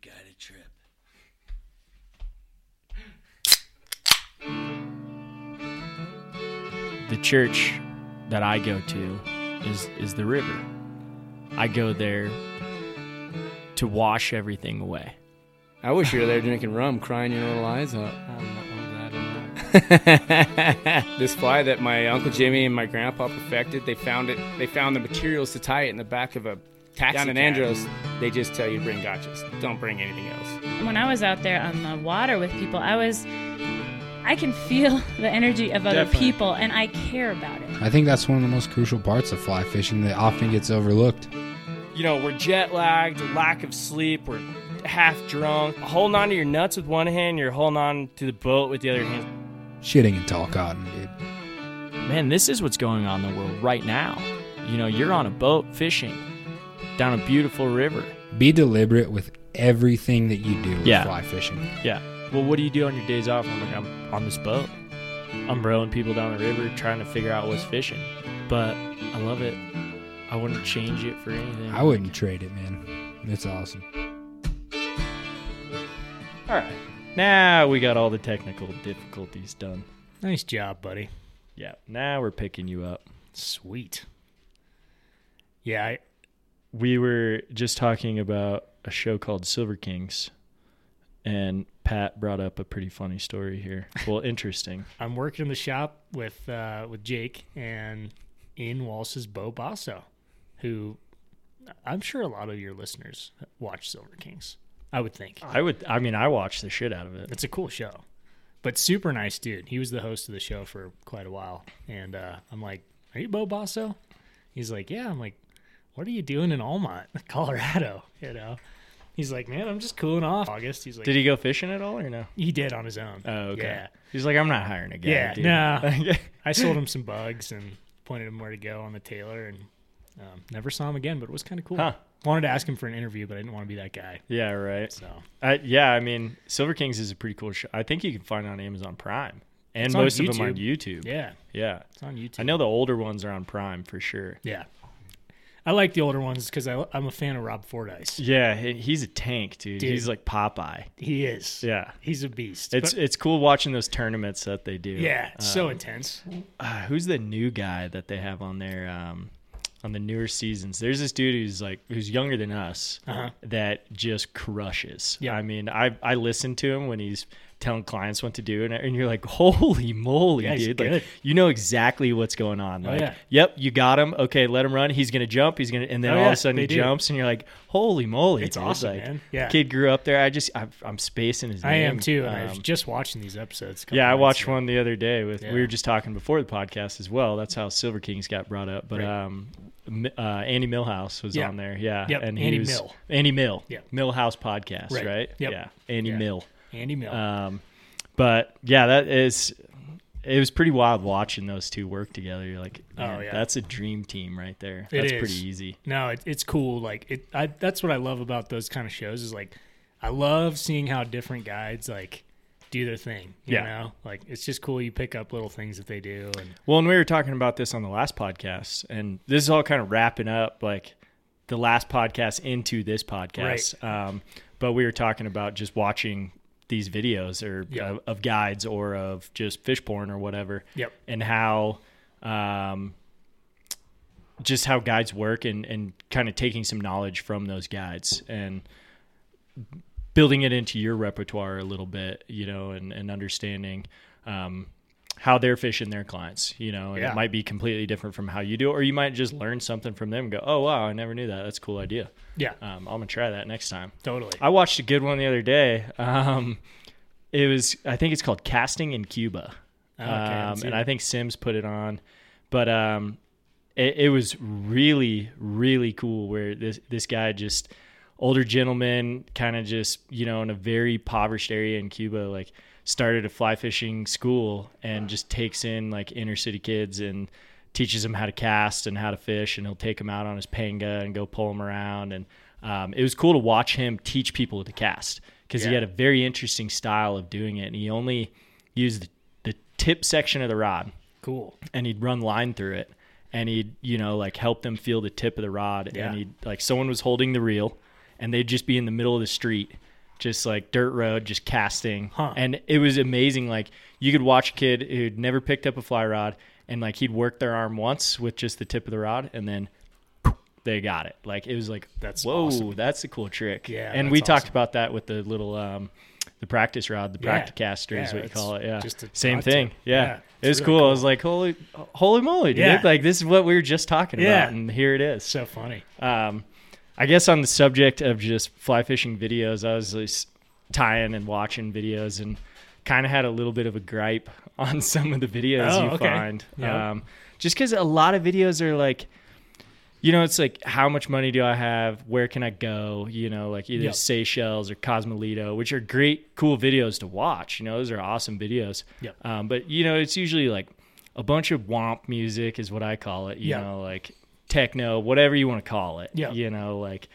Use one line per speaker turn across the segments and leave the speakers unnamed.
guided trip.
the church that I go to is is the river. I go there to wash everything away.
I wish you were there drinking rum, crying your little eyes out.
I'm not glad I'm not.
this fly that my uncle Jimmy and my grandpa perfected, they found it. They found the materials to tie it in the back of a taxi down in
cab.
Andros. They just tell you to bring gotchas. Don't bring anything else.
When I was out there on the water with people, I was, I can feel the energy of other
Definitely.
people, and I care about it.
I think that's one of the most crucial parts of fly fishing that often gets overlooked.
You know, we're jet lagged, lack of sleep, we're half drunk, holding on to your nuts with one hand, you're holding on to the boat with the other hand.
Shitting in tall cotton, dude.
Man, this is what's going on in the world right now. You know, you're on a boat fishing down a beautiful river.
Be deliberate with everything that you do with
Yeah.
fly fishing.
Yeah. Well, what do you do on your days off? I'm like, I'm on this boat. I'm rowing people down the river trying to figure out what's fishing. But I love it. I wouldn't change it for anything.
I wouldn't trade it, man. It's awesome.
All right. Now we got all the technical difficulties done.
Nice job, buddy.
Yeah. Now we're picking you up.
Sweet. Yeah, I,
We were just talking about a show called Silver Kings, and Pat brought up a pretty funny story here. Well, interesting.
I'm working in the shop with uh, with Jake, and in waltzes Bo Basso, who I'm sure a lot of your listeners watch Silver Kings. I would think
I would. I mean, I watched the shit out of it.
it's a cool show, but super nice dude. He was the host of the show for quite a while, and uh, I'm like, "Are you Bo Basso?" He's like, "Yeah." I'm like, "What are you doing in Almont, Colorado?" You know. He's like, "Man, I'm just cooling off." August. He's like,
Did he go fishing at all or no?
he did on his own.
Oh, okay.
Yeah.
He's like, I'm not hiring a guy.
Yeah,
dude.
no. I sold him some bugs and pointed him where to go on the Taylor, and um, never saw him again. But it was kind of cool.
Huh.
Wanted to ask him for an interview, but I didn't want to be that guy.
yeah, right.
So
I, yeah, I mean, Silver Kings is a pretty cool show. I think you can find it on Amazon Prime, and
It's on
most of them on YouTube.
YouTube. yeah,
yeah.
it's on YouTube.
I know the older ones are on Prime for sure.
Yeah, I like the older ones because I'm a fan of Rob Fordyce.
Yeah, he- he's a tank, dude.
Dude.
He's like Popeye.
He is.
Yeah.
he's a beast.
It's
But-
it's cool watching those tournaments that they do.
yeah,
Uh,
so intense.
uh, who's the new guy that they have on their um, on the newer seasons? There's this dude who's like who's younger than us
Uh-huh.
that just crushes.
Yeah.
I mean, I I listen to him when he's telling clients what to do, and, and you're like, holy moly,
Yeah, he's
dude!
good. Oh,
Like you know exactly what's going on. Like,
yeah.
yep, you got him. Okay, let him run. He's gonna jump. He's gonna, and then
Oh,
all
yeah,
of a sudden
they
he
do.
jumps, and you're like, holy moly!
It's
dude.
awesome,
Like,
man. Yeah.
kid grew up there. I just i I'm spacing his name.
I am too, and I was
Um,
just watching these episodes. a couple
yeah, I
nights
watched
ago.
one the other day with.
Yeah.
We were just talking before the podcast as well. That's how Silver Kings got brought up. But
Right.
um, M- uh, Andy Millhouse was
Yeah.
on there. Yeah,
Yep,
and he
Andy
was
Mill.
Andy Mill.
Yeah.
Millhouse podcast,
Right.
right?
Yep.
Yeah, Andy
Yeah.
Mill.
Andy Mill.
Um, but yeah, that is. It was pretty wild watching those two work together. You're like,
Oh,
man,
yeah.
that's a dream team right there.
It
that's
is.
pretty easy.
No, it, it's cool. Like it, I, that's what I love about those kind of shows is like, I love seeing how different guides like do their thing. You
Yeah.
know, like it's just cool. You pick up little things that they do, and
Well, and we were talking about this on the last podcast, and this is all kind of wrapping up like the last podcast into this podcast. Um, but we were talking about just watching these videos or
Yeah.
of, of guides or of just fish porn or whatever.
Yep.
And how um, just how guides work and, and kind of taking some knowledge from those guides and building it into your repertoire a little bit, you know, and, and understanding um, how they're fishing their clients, you know, and
Yeah.
it might be completely different from how you do it, or you might just learn something from them and go, oh, wow, I never knew that. That's a cool idea.
yeah,
Um, I'm going to try that next time.
Uh, totally.
I watched a good one the other day. Um, it was, I think it's called Casting in Cuba.
Okay, I haven't
um,
seen
and
it.
I think Sims put it on, but um, it, it was really, really cool. Where this this guy just older gentleman, kind of just you know in a very impoverished area in Cuba, like started a fly fishing school and just takes in like inner city kids and teaches them how to cast and how to fish, and he'll take them out on his panga and go pull them around. And um, it was cool to watch him teach people to cast because he
Yeah.
had a very interesting style of doing it, and he only used the, the tip section of the rod
cool.
and he'd run line through it and he'd you know like help them feel the tip of the rod
Yeah.
and he'd like someone was holding the reel and they'd just be in the middle of the street just like dirt road, just casting.
Huh.
And it was amazing. Like you could watch a kid who'd never picked up a fly rod and like he'd work their arm once with just the tip of the rod and then they got it. Like it was like
That's
whoa,
awesome.
that's a cool trick.
Yeah,
And
that's
we talked
awesome.
about that with the little um the practice rod, the
Yeah.
practicaster is
Yeah,
what you call
that's
it. Yeah.
just a
Same
rod
thing.
tip.
Yeah.
Yeah,
It was
it's really
cool.
cool.
I was like, holy holy moly, dude.
Yeah.
Like this is what we were just talking
Yeah.
about. And here it is.
So funny.
Um, I guess on the subject of just fly fishing videos, I was just tying and watching videos and kind of had a little bit of a gripe on some of the videos
Oh,
you
okay.
find.
Yeah.
Um, just because a lot of videos are like, you know, it's like, how much money do I have? Where can I go? You know, like either
Yep.
Seychelles or Cosmolito, which are great, cool videos to watch. You know, those are awesome videos.
Yep.
Um, but, you know, it's usually like a bunch of womp music, is what I call it. You
Yep.
know, like techno, whatever you want to call it.
Yeah.
You know, like,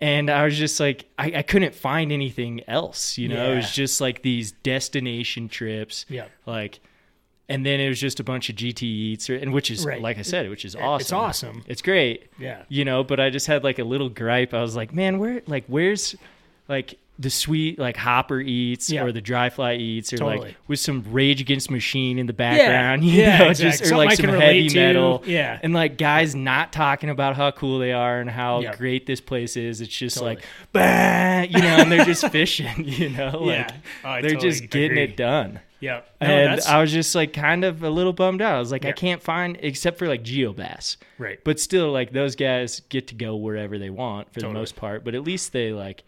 and I was just like, I, I couldn't find anything else. You know, it was
Yeah.
just like these destination trips.
Yep.
Like, and then it was just a bunch of GT eats, or- and which is
Right.
like I said, which is awesome.
awesome.
It's great.
Yeah.
You know, but I just had like a little gripe. I was like, man, where like where's like the sweet like hopper eats
Yeah.
or the dry fly eats or like
Totally.
with some Rage Against Machine in the background, you
Yeah,
know,
exact-
just or
something
like
I
some
can
heavy
relate to.
metal,
Yeah.
and like guys not talking about how cool they are and how
Yeah.
great this place is. It's just
Totally.
like, bah, you know, and they're just fishing, you know,
Yeah.
like
Oh, I
they're
totally
just getting
agree.
it done
Yep.
and I was just like kind of a little bummed out. I was like, I
Oh, Yeah.
can't find except for like GeoBass,
Right.
But still, like those guys get to go wherever they want for the
Totally.
most part. But at least they like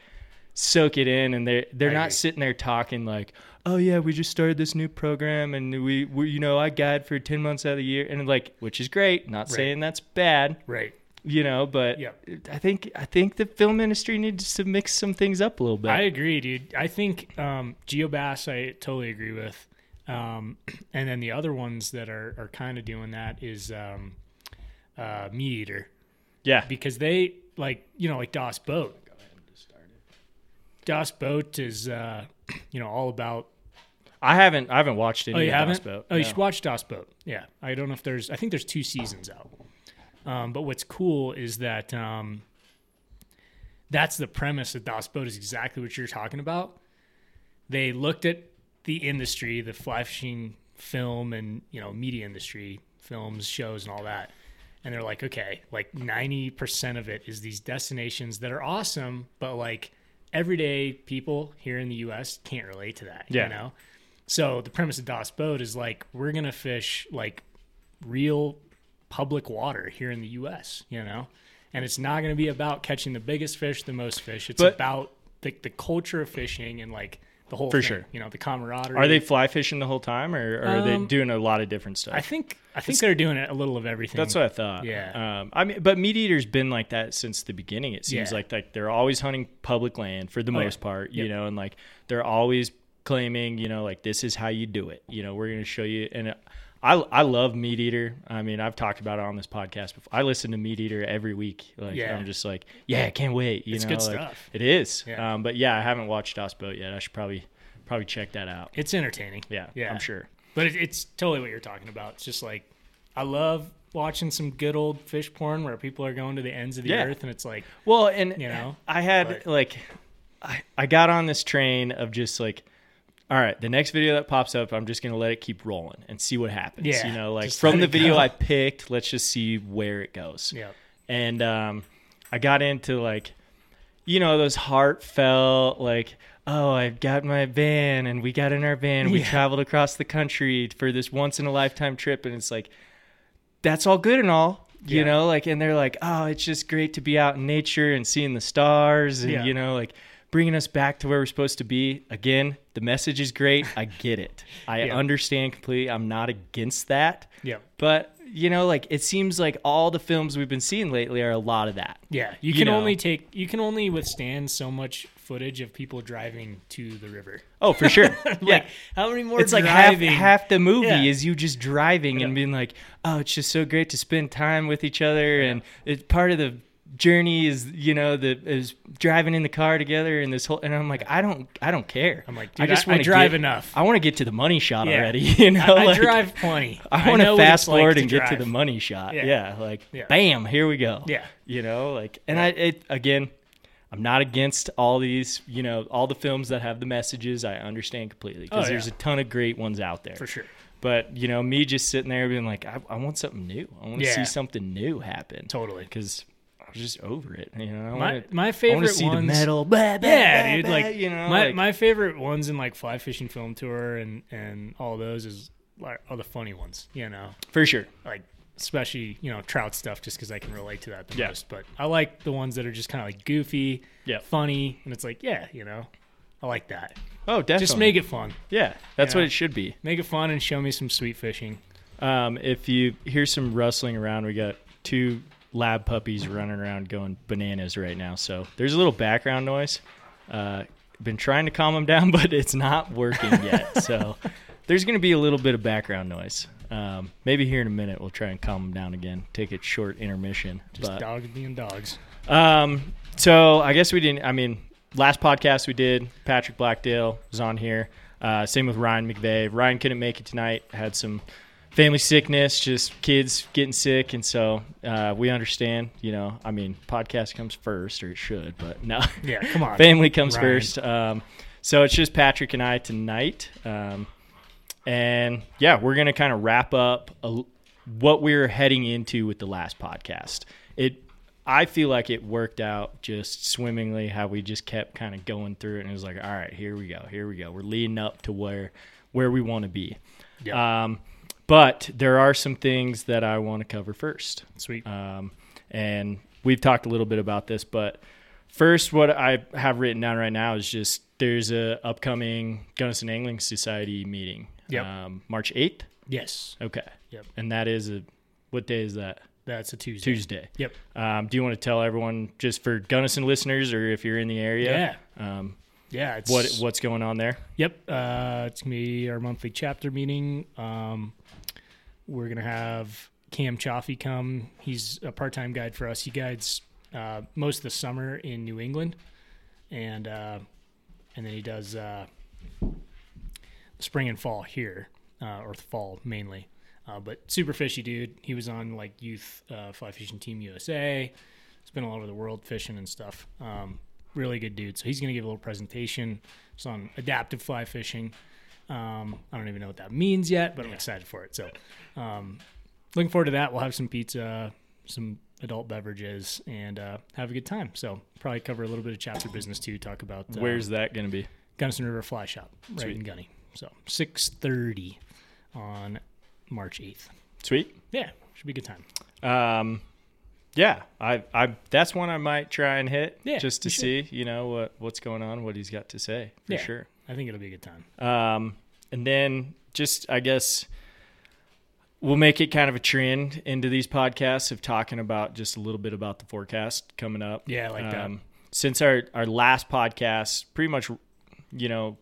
soak it in, and they're they're
I
not
agree.
sitting there talking like, oh yeah, we just started this new program, and we, we you know I guide for ten months out of the year, and like which is great. Not saying that's bad,
right.
you know, but
Yep.
I think I think the film industry needs to mix some things up a little bit.
I agree, dude. I think um, GeoBass, I totally agree with. Um, and then the other ones that are, are kind of doing that is um, uh, Meat Eater
yeah,
because they like you know like Das Boat. Das Boat is uh, you know all about.
I haven't I haven't watched any.
Oh, you
of
haven't?
Dust Boat,
Oh, you
no.
should watch Das Boat. Yeah, I don't know if there's. I think there's two seasons out. Um, but what's cool is that um, that's the premise of Das Boat is exactly what you're talking about. They looked at the industry, the fly fishing film and you know media industry, films, shows, and all that, and they're like, okay, like ninety percent of it is these destinations that are awesome, but like everyday people here in the U.S. can't relate to that.
Yeah.
You know, so the premise of Das Boat is like we're gonna fish like real public water here in the U.S. You know, and it's not going to be about catching the biggest fish, the most fish. It's
But-
about the, the culture of fishing and like the whole
For
thing,
sure.
You know, the camaraderie.
Are they fly fishing the whole time, or, or are they
Um,
doing a lot of different stuff?
I think I think they're doing a little of everything.
That's what I thought.
Yeah.
Um, I mean, but meat eater's been like that since the beginning. It seems
Yeah. Oh,
like like they're always hunting public land for the
yeah.
most part, you
Yep.
know, and like they're always claiming, you know, like this is how you do it. You know, we're going to show you. And uh, I I love meat eater. I mean, I've talked about it on this podcast before. I listen to meat eater every week. Like
Yeah.
I'm just like, yeah, I can't wait. You
It's
know,
good
like,
stuff.
It is.
Yeah.
Um, but yeah, I haven't watched Dos Boat yet. I should probably probably check that out.
it's entertaining.
Yeah,
yeah,
I'm sure.
But it, it's totally what you're talking about. It's just like I love watching some good old fish porn where people are going to the ends of the
Yeah.
earth, and it's like
Well, and
You know?
I had
But-
like, I, I got on this train of just like, all right, the next video that pops up, I'm just gonna let it keep rolling and see what happens.
Yeah,
you know, like
just
from
let
the
it
video
go.
I picked, let's just see where it goes.
yeah,
And um, I got into like, you know, those heartfelt like. Oh, I've got my van and we got in our van. We
Yeah.
traveled across the country for this once in a lifetime trip. And it's like, that's all good and all you
Yeah.
know like and they're like oh it's just great to be out in nature and seeing the stars and
Yeah.
you know like bringing us back to where we're supposed to be again the message is great i get it i
Yeah.
understand completely i'm not against that
Yeah.
but you know like it seems like all the films we've been seeing lately are a lot of that
yeah. You
You
can
know.
only take you can only withstand so much footage of people driving to the river.
oh for sure yeah
Like, how many more?
it's like half,
driving?
half the movie
Yeah.
is you just driving and being like, oh, it's just so great to spend time with each other, and it's part of the journey is you know the is driving in the car together and this whole and I'm like I don't I don't care.
I'm like, dude, I- I
wanna
drive
get-
enough.
I want to get to the money shot
Yeah.
already. You know,
I, I
like,
drive plenty.
I want
know
to
what it's
fast
like
forward and get to
drive.
the money shot. Yeah,
Yeah.
like
Yeah.
bam, here we go.
Yeah.
you know, like and I it again. I'm not against all these, you know, all the films that have the messages. I understand completely because
Oh,
there's a
yeah.
ton of great ones out there
for sure.
But you know, me just sitting there being like, I, I want something new. I want to
Yeah.
see something new happen.
Totally.
because I was just over it. You know, I
My
wanna-
my
I want
favorite
to see
ones.
the metal. Blah, blah,
yeah,
blah,
dude.
blah,
Like
you know,
my
like-
my favorite ones in like fly fishing film tour and and all those is like all the funny ones. You know,
for sure.
like especially you know trout stuff, just because I can relate to that the
Yeah.
most. But I like the ones that are just kind of like goofy,
Yeah.
funny, and it's like yeah, you know, I like that.
Oh, definitely.
Just make it fun.
Yeah, that's
Yeah.
what it should be.
Make it fun and show me some sweet fishing.
Um, if you hear some rustling around, we got two lab puppies running around going bananas right now. So there's a little background noise. Uh, been trying to calm them down, but it's not working yet. so there's going to be a little bit of background noise. Um, maybe here in a minute we'll try and calm them down again. Take a short intermission.
Just
but,
dogs being dogs.
um, so I guess we didn't. I mean, last podcast we did, Patrick Blackdale was on here. Uh, same with Ryan McVeigh. Ryan couldn't make it tonight. Had some family sickness, just kids getting sick, and so uh, we understand. You know, I mean, podcast comes first, or it should, but no.
Yeah, come on.
Family comes
Ryan.
first. Um, so it's just Patrick and I tonight. Um, and yeah, we're going to kind of wrap up a, what we are heading into with the last podcast. It, I feel like it worked out just swimmingly how we just kept kind of going through it. And it was like, all right, here we go. Here we go. We're leading up to where, where we want to be.
Yeah.
Um, but there are some things that I want to cover first.
Sweet.
Um, and we've talked a little bit about this, but first, what I have written down right now is just there's a upcoming Gunnison Angling Society meeting.
Yep.
Um, March 8th.
yes,
Okay.
Yep.
And that is a, what day is that?
that's a Tuesday.
Tuesday.
Yep.
Um, do you want to tell everyone just for Gunnison listeners or if you're in the area? Yeah. Um,
Yeah. It's,
what, what's going on there?
Yep. Uh, it's going to be our monthly chapter meeting. Um, we're going to have Cam Chaffee come. He's a part time guide for us. He guides uh, most of the summer in New England. And, uh, and then he does uh, spring and fall here, uh, or fall mainly. Uh, but super fishy dude. He was on like youth uh, fly fishing team USA. He's been all over the world fishing and stuff. Um, really good dude. So he's gonna give a little presentation. It's on adaptive fly fishing. Um, I don't even know what that means yet, but I'm excited for it. So um, looking forward to that. We'll have some pizza, some adult beverages, and uh, have a good time. So probably cover a little bit of chapter business too. Talk about uh,
Where's that going to be?
Gunnison River Fly Shop right in Gunny. So 6:30 on March 8th.
Sweet.
Yeah, should be a good time.
Um, yeah, I, I, that's one I might try and hit
Yeah,
just to
you should.
see, you know, what, what's going on, what he's got to say for
Yeah.
sure.
I think it'll be a good time.
Um, and then just, I guess, we'll make it kind of a trend into these podcasts of talking about just a little bit about the forecast coming up. Um,
Yeah, I like that.
Since our, our last podcast, pretty much, you know,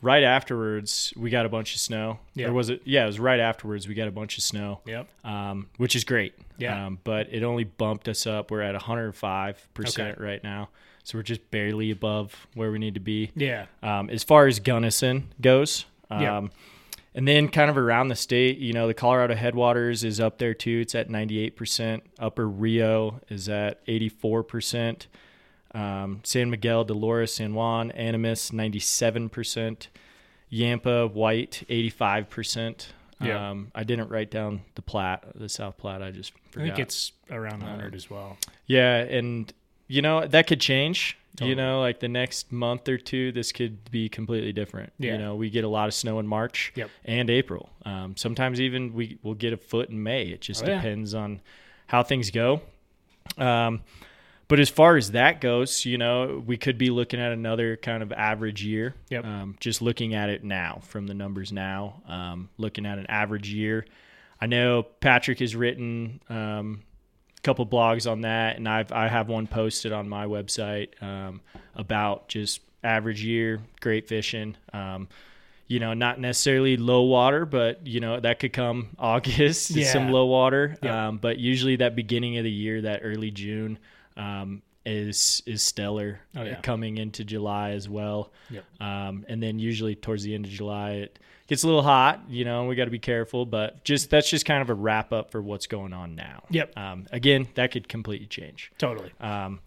right afterwards, we got a bunch of snow.
Yeah.
Or was it? Yeah, it was right afterwards. We got a bunch of snow
Yep.
um, which is great.
Yeah.
Um, but it only bumped us up. We're at 105%
Okay.
right now. So we're just barely above where we need to be.
Yeah.
Um, as far as Gunnison goes. Um,
Yeah.
And then kind of around the state, you know, the Colorado Headwaters is up there too. It's at 98%. Upper Rio is at 84%. Um, San Miguel, Dolores, San Juan, Animas, 97%. Yampa, White, 85%.
Yeah.
Um, I didn't write down the Platte, the South Platte. I just
I
forgot. Uh,
think it's around 100 as well.
yeah. And, you know, that could change.
Totally.
You know, like the next month or two, this could be completely different.
Yeah.
You know, we get a lot of snow in March
Yep.
and April. Um, sometimes even we will get a foot in May. It just
Oh, yeah.
depends on how things go. Um, but as far as that goes, you know, we could be looking at another kind of average year.
Yep.
Um, just looking at it now from the numbers now, um, looking at an average year. I know Patrick has written um, a couple blogs on that, and I've I have one posted on my website um, about just average year great fishing. Um, you know, not necessarily low water, but you know that could come August,
Yeah.
some low water.
Yeah.
Um, but usually that beginning of the year, that early June, um, is is stellar.
Oh, yeah.
Coming into July as well.
Yep.
Um, and then usually towards the end of July, it gets a little hot. You know, we got to be careful, but just that's just kind of a wrap up for what's going on now.
Yep.
Um, again, that could completely change.
Totally.
Um,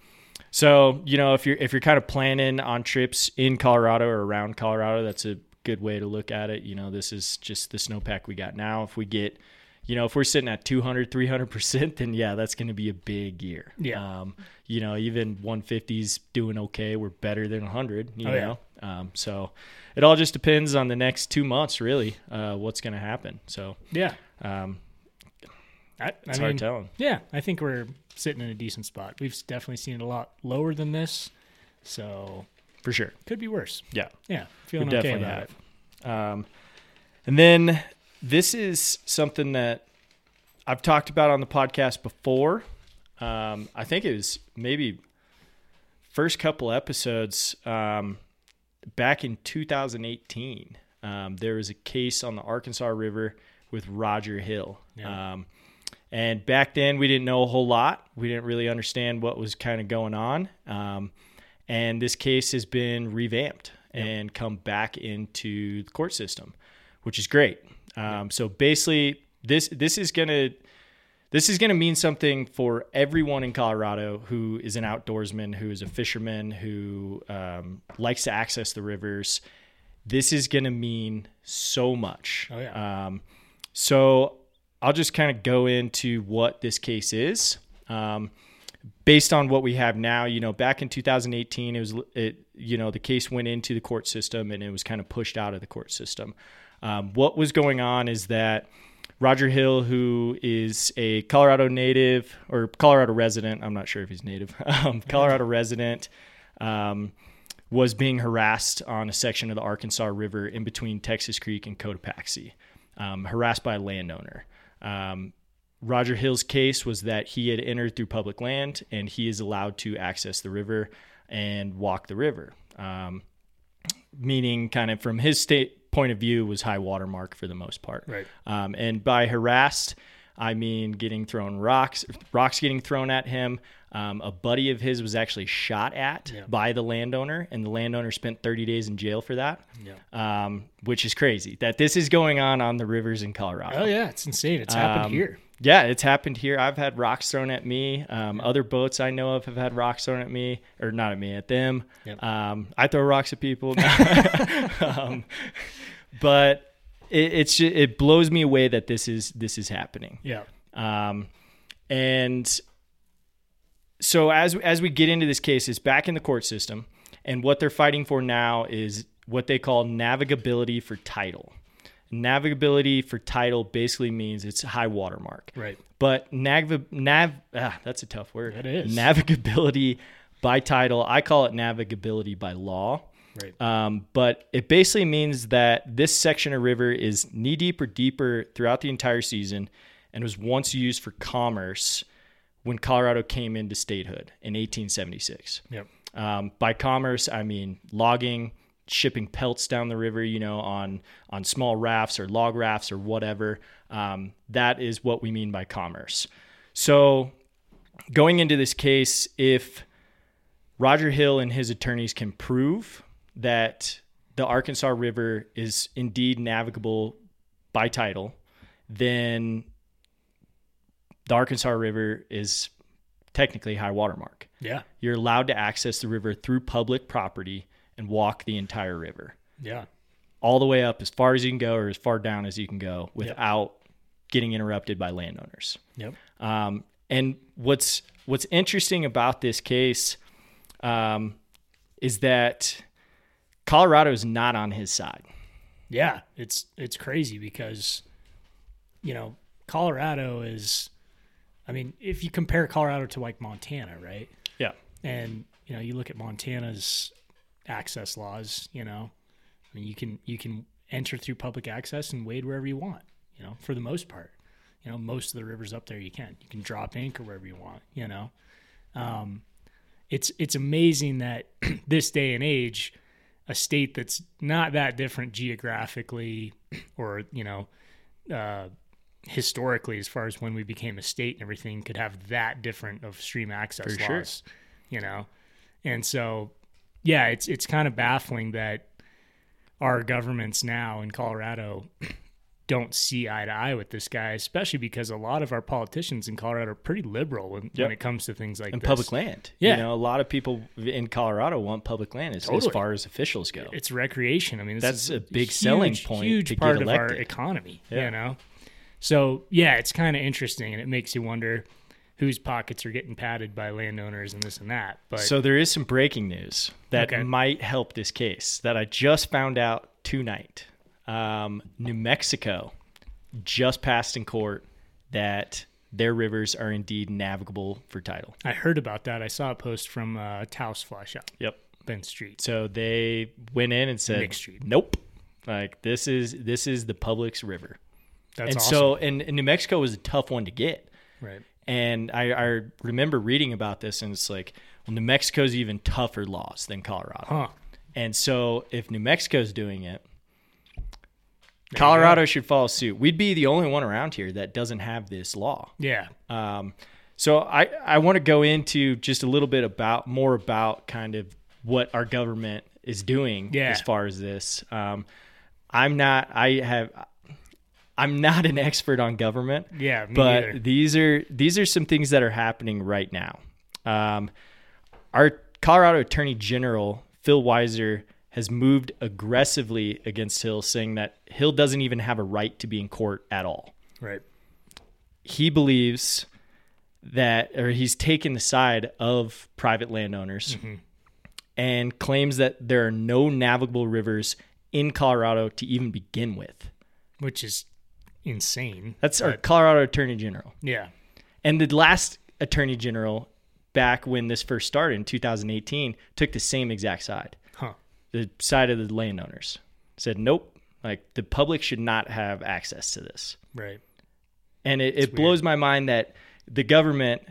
So you know, if you're if you're kind of planning on trips in Colorado or around Colorado, that's a good way to look at it. You know, this is just the snowpack we got now. If we get, you know, if we're sitting at 200, 300 percent, then yeah, that's going to be a big year.
Yeah.
Um, you know, even 150s doing okay. We're better than 100. You
Oh, yeah.
know. Um, so it all just depends on the next two months, really, uh, what's going to happen. So
Yeah.
um,
I, I
it's
mean,
hard telling.
yeah, I think we're sitting in a decent spot. We've definitely seen it a lot lower than this, so
For sure.
could be worse.
Yeah.
Yeah,
We
feeling okay
definitely
about it.
have. Um, and then this is something that I've talked about on the podcast before. Um, I think it was maybe first couple episodes um, back in 2018. Um, there was a case on the Arkansas River with Roger Hill.
Yeah.
Um, and back then, we didn't know a whole lot. We didn't really understand what was kind of going on. Um, and this case has been revamped and come back into the court system, which is great. Um, so basically, this this is gonna this is going to mean something for everyone in Colorado who is an outdoorsman, who is a fisherman, who um, likes to access the rivers. This is going to mean so much.
Oh, yeah.
Um, so I'll just kind of go into what this case is. Um, based on what we have now, you know, back in 2018, it was, it, you know, the case went into the court system and it was kind of pushed out of the court system. Um, what was going on is that Roger Hill, who is a Colorado native or Colorado resident, I'm not sure if he's native, um, Colorado resident, um, was being harassed on a section of the Arkansas River in between Texas Creek and Cotopaxi, um, harassed by a landowner. Um, Roger Hill's case was that he had entered through public land and he is allowed to access the river and walk the river. Um, meaning, kind of from his state point of view, was high water mark for the most part.
Right.
Um, and by harassed, I mean getting thrown rocks, rocks getting thrown at him. Um, a buddy of his was actually shot at by the landowner, and the landowner spent 30 days in jail for that, um, which is crazy that this is going on on the rivers in Colorado.
Oh yeah, it's insane. It's happened
Um,
here.
Yeah, it's happened here. I've had rocks thrown at me. Um, Other boats I know of have had rocks thrown at me, or not at me, at them.
Yep.
Um, I throw rocks at people, um, but it, it's ju- it blows me away that this is this is happening.
Yeah.
Um, and so as as we get into this case, it's back in the court system, and what they're fighting for now is what they call navigability for title. Navigability for title basically means it's a high watermark.
Right.
But nav nav ah, that's a tough word.
It is.
navigability by title. I call it navigability by law.
Right.
Um, but it basically means that this section of river is knee deep or deeper throughout the entire season and was once used for commerce when Colorado came into statehood in 1876.
Yep.
Um, by commerce, I mean logging, shipping pelts down the river, you know, on on small rafts or log rafts or whatever. Um, that is what we mean by commerce. So, going into this case, if Roger Hill and his attorneys can prove that the Arkansas River is indeed navigable by title, then the Arkansas River is technically high watermark
Yeah.
you're allowed to access the river through public property and walk the entire river
Yeah.
all the way up as far as you can go or as far down as you can go without getting interrupted by landowners.
Yep.
Um, and what's what's interesting about this case um, is that Colorado is not on his side.
Yeah. It's it's crazy because you know, Colorado is I mean, if you compare Colorado to like Montana, right?
Yeah.
and you know you look at montana's access laws you know I mean, you can you can enter through public access and wade wherever you want you know for the most part you know most of the rivers up there you can you can drop anchor wherever you want you know um it's it's amazing that this day and age a state that's not that different geographically or you know uh historically as far as when we became a state and everything could have that different of stream access
For sure.
laws you know and so yeah it's it's kind of baffling that our governments now in Colorado don't see eye to eye with this guy, especially because a lot of our politicians in Colorado are pretty liberal when,
Yep.
when it comes to things like
and
this.
public land.
Yeah.
You know, a lot of people in Colorado want public land as, as
Totally.
far as officials go.
It's recreation. I mean, this
That's
is
a big selling
huge,
point
Huge
to get
part of our
elected.
economy.
Yeah.
You know, so yeah, it's kind of interesting, and it makes you wonder whose pockets are getting padded by landowners and this and that. But
So there is some breaking news that
Okay.
might help this case that I just found out tonight. Um, New Mexico just passed in court that their rivers are indeed navigable for title.
I heard about that. I saw a post from uh, Taos Fly Shop,
Yep.
Ben Street.
So they went in and said,
Mixed street.
"Nope, like this is this is the public's river."
That's
and
awesome.
so, and, and New Mexico was a tough one to get.
right.
And I, I remember reading about this, and it's like, well, New Mexico's even tougher laws than Colorado.
Huh.
And so if New Mexico's doing it, Colorado should follow suit. We'd be the only one around here that doesn't have this law.
Yeah.
Um, so I, I want to go into just a little bit about more about kind of what our government is doing
Yeah.
as far as this. Um, I'm not I have I'm not an expert on government.
Yeah, me
but
neither.
these are these are some things that are happening right now. Um, our Colorado Attorney General Phil Weiser has moved aggressively against Hill, saying that Hill doesn't even have a right to be in court at all
Right.
he believes that or he's taken the side of private landowners and claims that there are no navigable rivers in Colorado to even begin with.
Which is insane.
That's our Colorado Attorney General.
Yeah.
And the last Attorney General back when this first started in 2018 took the same exact side.
Huh.
The side of the landowners said nope, like the public should not have access to this.
Right.
and it, it blows my mind that the government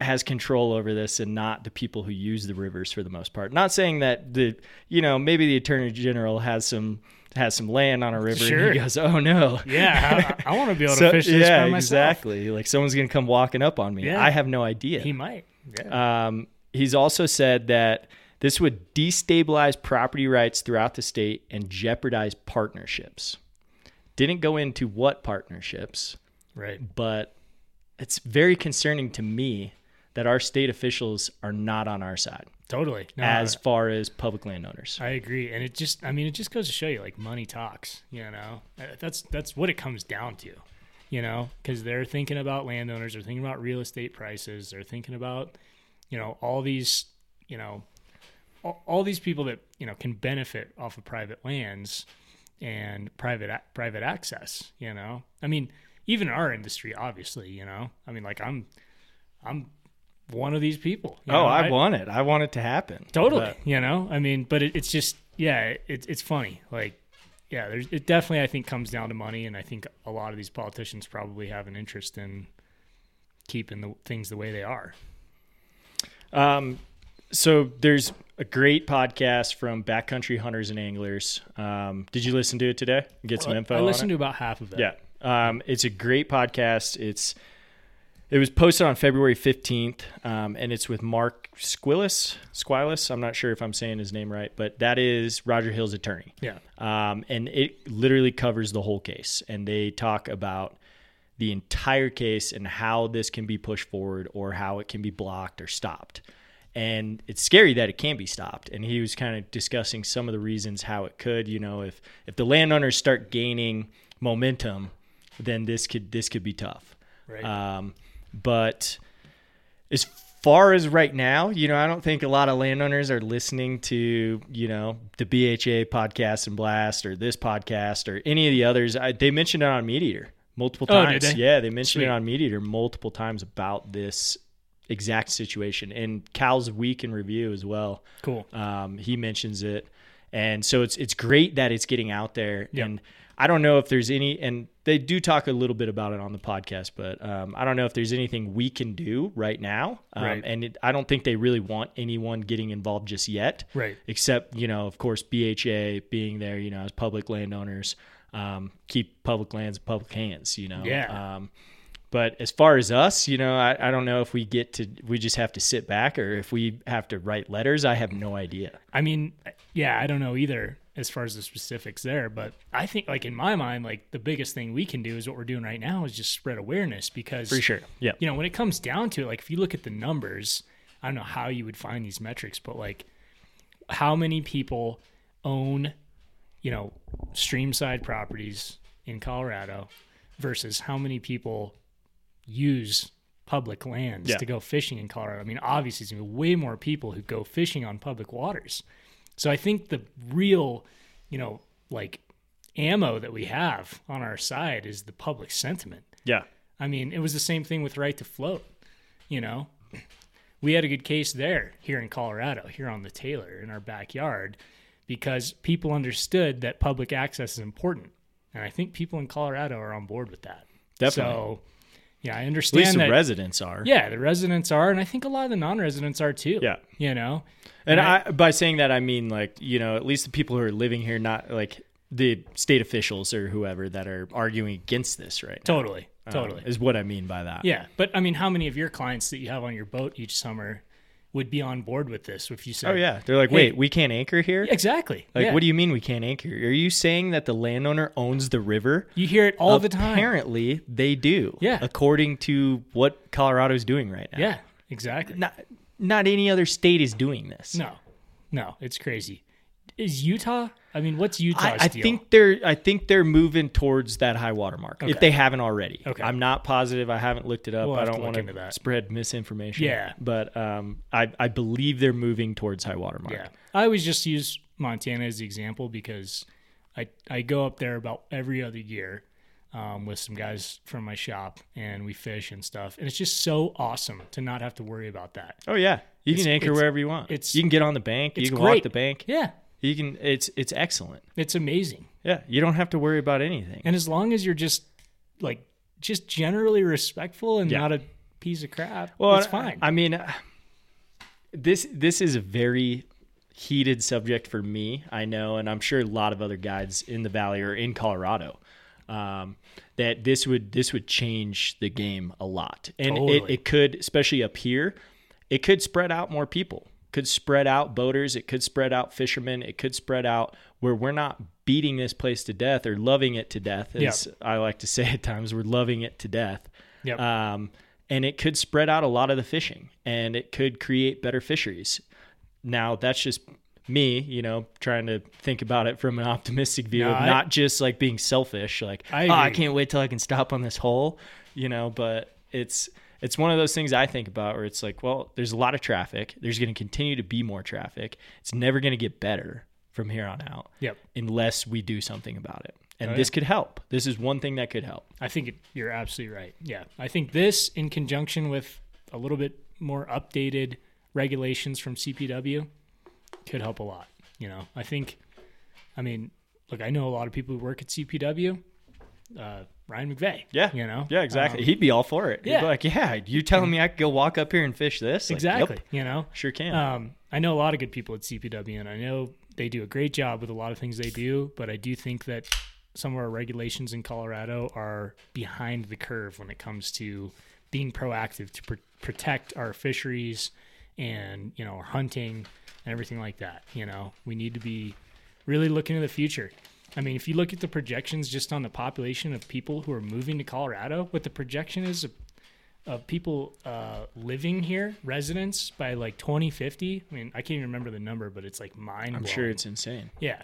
has control over this and not the people who use the rivers for the most part. Not saying that the you know maybe the attorney general has some has some land on a river
Sure.
and he goes oh no
Yeah. I, I want to be able to
So-
fish this
yeah
by myself.
exactly like someone's gonna come walking up on me
Yeah.
I have no idea
He might. Yeah.
um, he's also said that this would destabilize property rights throughout the state and jeopardize partnerships didn't go into what partnerships
right.
but it's very concerning to me that our state officials are not on our side
Totally. No,
as far as public landowners.
I agree, and it just—I mean, it just goes to show you, like, money talks. You know, Uh, that's that's what it comes down to. You know, because they're thinking about landowners, they're thinking about real estate prices, they're thinking about, you know, all these, you know, all, all these people that you know can benefit off of private lands and private a- private access. You know, I mean, even in our industry, obviously, you know, I mean, like I'm, I'm one of these people. you
oh,
know?
I, want it. I want it to happen.
Totally.
But
You know, I mean, but it, it's just, yeah, it, it's funny. Like, yeah, there's, it definitely, I think, comes down to money. And I think a lot of these politicians probably have an interest in keeping the things the way they are.
Um, so there's a great podcast from Backcountry Hunters and Anglers. Um, did you listen to it today? Get some info.
I
on it?
listened to about half of it.
Yeah. Um, it's a great podcast. It's it was posted on February 15th, um, and it's with Mark Squillis. Squillis, I'm not sure if I'm saying his name right, but that is Roger Hill's attorney.
Yeah.
Um, and it literally covers the whole case. And they talk about the entire case and how this can be pushed forward or how it can be blocked or stopped. And it's scary that it can be stopped. And he was kind of discussing some of the reasons how it could, you know, if if the landowners start gaining momentum, then this could this could be tough.
Right.
Um, but as far as right now, you know, I don't think a lot of landowners are listening to, you know, the BHA podcast and blast or this podcast or any of the others. I, they mentioned it on Meat Eater multiple
Oh,
times.
did they?
Yeah, they mentioned it
Sweet.
on Meat Eater multiple times about this exact situation and Cal's Week in Review as well.
Cool.
Um, he mentions it, and so it's it's great that it's getting out there.
Yep.
And I don't know if there's any, and they do talk a little bit about it on the podcast, but um, I don't know if there's anything we can do right now. Um,
Right.
And it, I don't think they really want anyone getting involved just yet.
Right.
Except you know, of course, BHA being there, you know, as public landowners, um, keep public lands in public hands. You know.
Yeah.
Um, But as far as us, you know, I, I don't know if we get to, we just have to sit back or if we have to write letters. I have no idea.
I mean, yeah, I don't know either as far as the specifics there, but I think like in my mind, like the biggest thing we can do is what we're doing right now is just spread awareness because
For sure. Yeah.
you know, when it comes down to it, like if you look at the numbers, I don't know how you would find these metrics, but like how many people own, you know, stream side properties in Colorado versus how many people use public lands
Yeah.
to go fishing in Colorado. I mean, obviously, there's gonna be way more people who go fishing on public waters. So I think the real, you know, like ammo that we have on our side is the public sentiment.
Yeah.
I mean, it was the same thing with right to float. You know, we had a good case there here in Colorado, here on the Taylor in our backyard, because people understood that public access is important. And I think people in Colorado are on board with that.
Definitely.
So, yeah, I
At
understand
least the
that.
residents are.
yeah, the residents are, and I think a lot of the non-residents are too.
Yeah.
you know,
And
Right.
I, by saying that, I mean like you know, at least the people who are living here, not like the state officials or whoever that are arguing against this, right? now,
totally, totally.
is what I mean by that.
yeah, but I mean, how many of your clients that you have on your boat each summer would be on board with this if you said,
Oh yeah, they're like,
Hey.
wait, we can't anchor here.
exactly"?
Like,
yeah.
what do you mean we can't anchor? Are you saying that the landowner owns the river?
You hear it all the time.
Apparently, they do.
Yeah.
According to what Colorado's doing right now.
Yeah, exactly. No,
Not not any other state is doing this.
no, it's crazy. Is Utah? I mean, what's Utah's
I, I
deal?
think they're I think they're moving towards that high water mark if
Okay.
they haven't already.
Okay.
I'm not positive. I haven't looked it up.
We'll
I
have to
don't
look
want
into that.
spread misinformation.
Yeah.
but um, I I believe they're moving towards high water mark.
yeah, I always just use Montana as the example because I I go up there about every other year um, with some guys from my shop and we fish and stuff, and it's just so awesome to not have to worry about that.
Oh yeah, you
It's-
can anchor
it's-
wherever you want.
it's-
you can get on the bank. You
it's
can walk
great.
the bank.
Yeah,
You can. It's it's excellent.
it's amazing.
Yeah, you don't have to worry about anything.
And as long as you're just like just generally respectful and
Yeah.
not a piece of crap,
Well,
it's
I-
fine.
I mean, uh, this this is a very heated subject for me. I know, and I'm sure a lot of other guides in the valley or in Colorado. Um, that this would this would change the game a lot, and it,
Totally.
it could, especially up here, it could spread out more people. Could spread out boaters. It could spread out fishermen. It could spread out where we're not beating this place to death or loving it to death, as I like to say at times. We're loving it to death
Yep.
um, and it could spread out a lot of the fishing and it could create better fisheries now that's just me you know trying to think about it from an optimistic view
No,
of
I-
not just like being selfish like
I
"Oh, I
agree.
can't wait till i can stop on this hole you know but it's it's one of those things i think about where it's like well there's a lot of traffic there's going to continue to be more traffic it's never going to get better from here on out
Yep.
unless we do something about it and
Oh,
this
yeah.
could help this is one thing that could help
I think it, you're absolutely right. Yeah. I think this, in conjunction with a little bit more updated regulations from CPW, could help a lot. You know, I think, I mean, look, I know a lot of people who work at CPW. Uh, Ryan McVeigh.
Yeah.
You know?
Yeah, exactly.
Um,
He'd be all for it. He'd
yeah.
be like, yeah, you telling me I could go walk up here and fish this? Like,
exactly.
"Yep,
You know?
sure can.
Um, I know a lot of good people at CPW, and I know they do a great job with a lot of things they do. But I do think that some of our regulations in Colorado are behind the curve when it comes to being proactive to pr- protect our fisheries and you know our hunting and everything like that. You know, we need to be really looking to the future. I mean, if you look at the projections just on the population of people who are moving to Colorado, what the projection is of of people uh, living here, residents, by like 2050. I mean, I can't even remember the number, but it's like mind.
I'm sure it's insane.
yeah.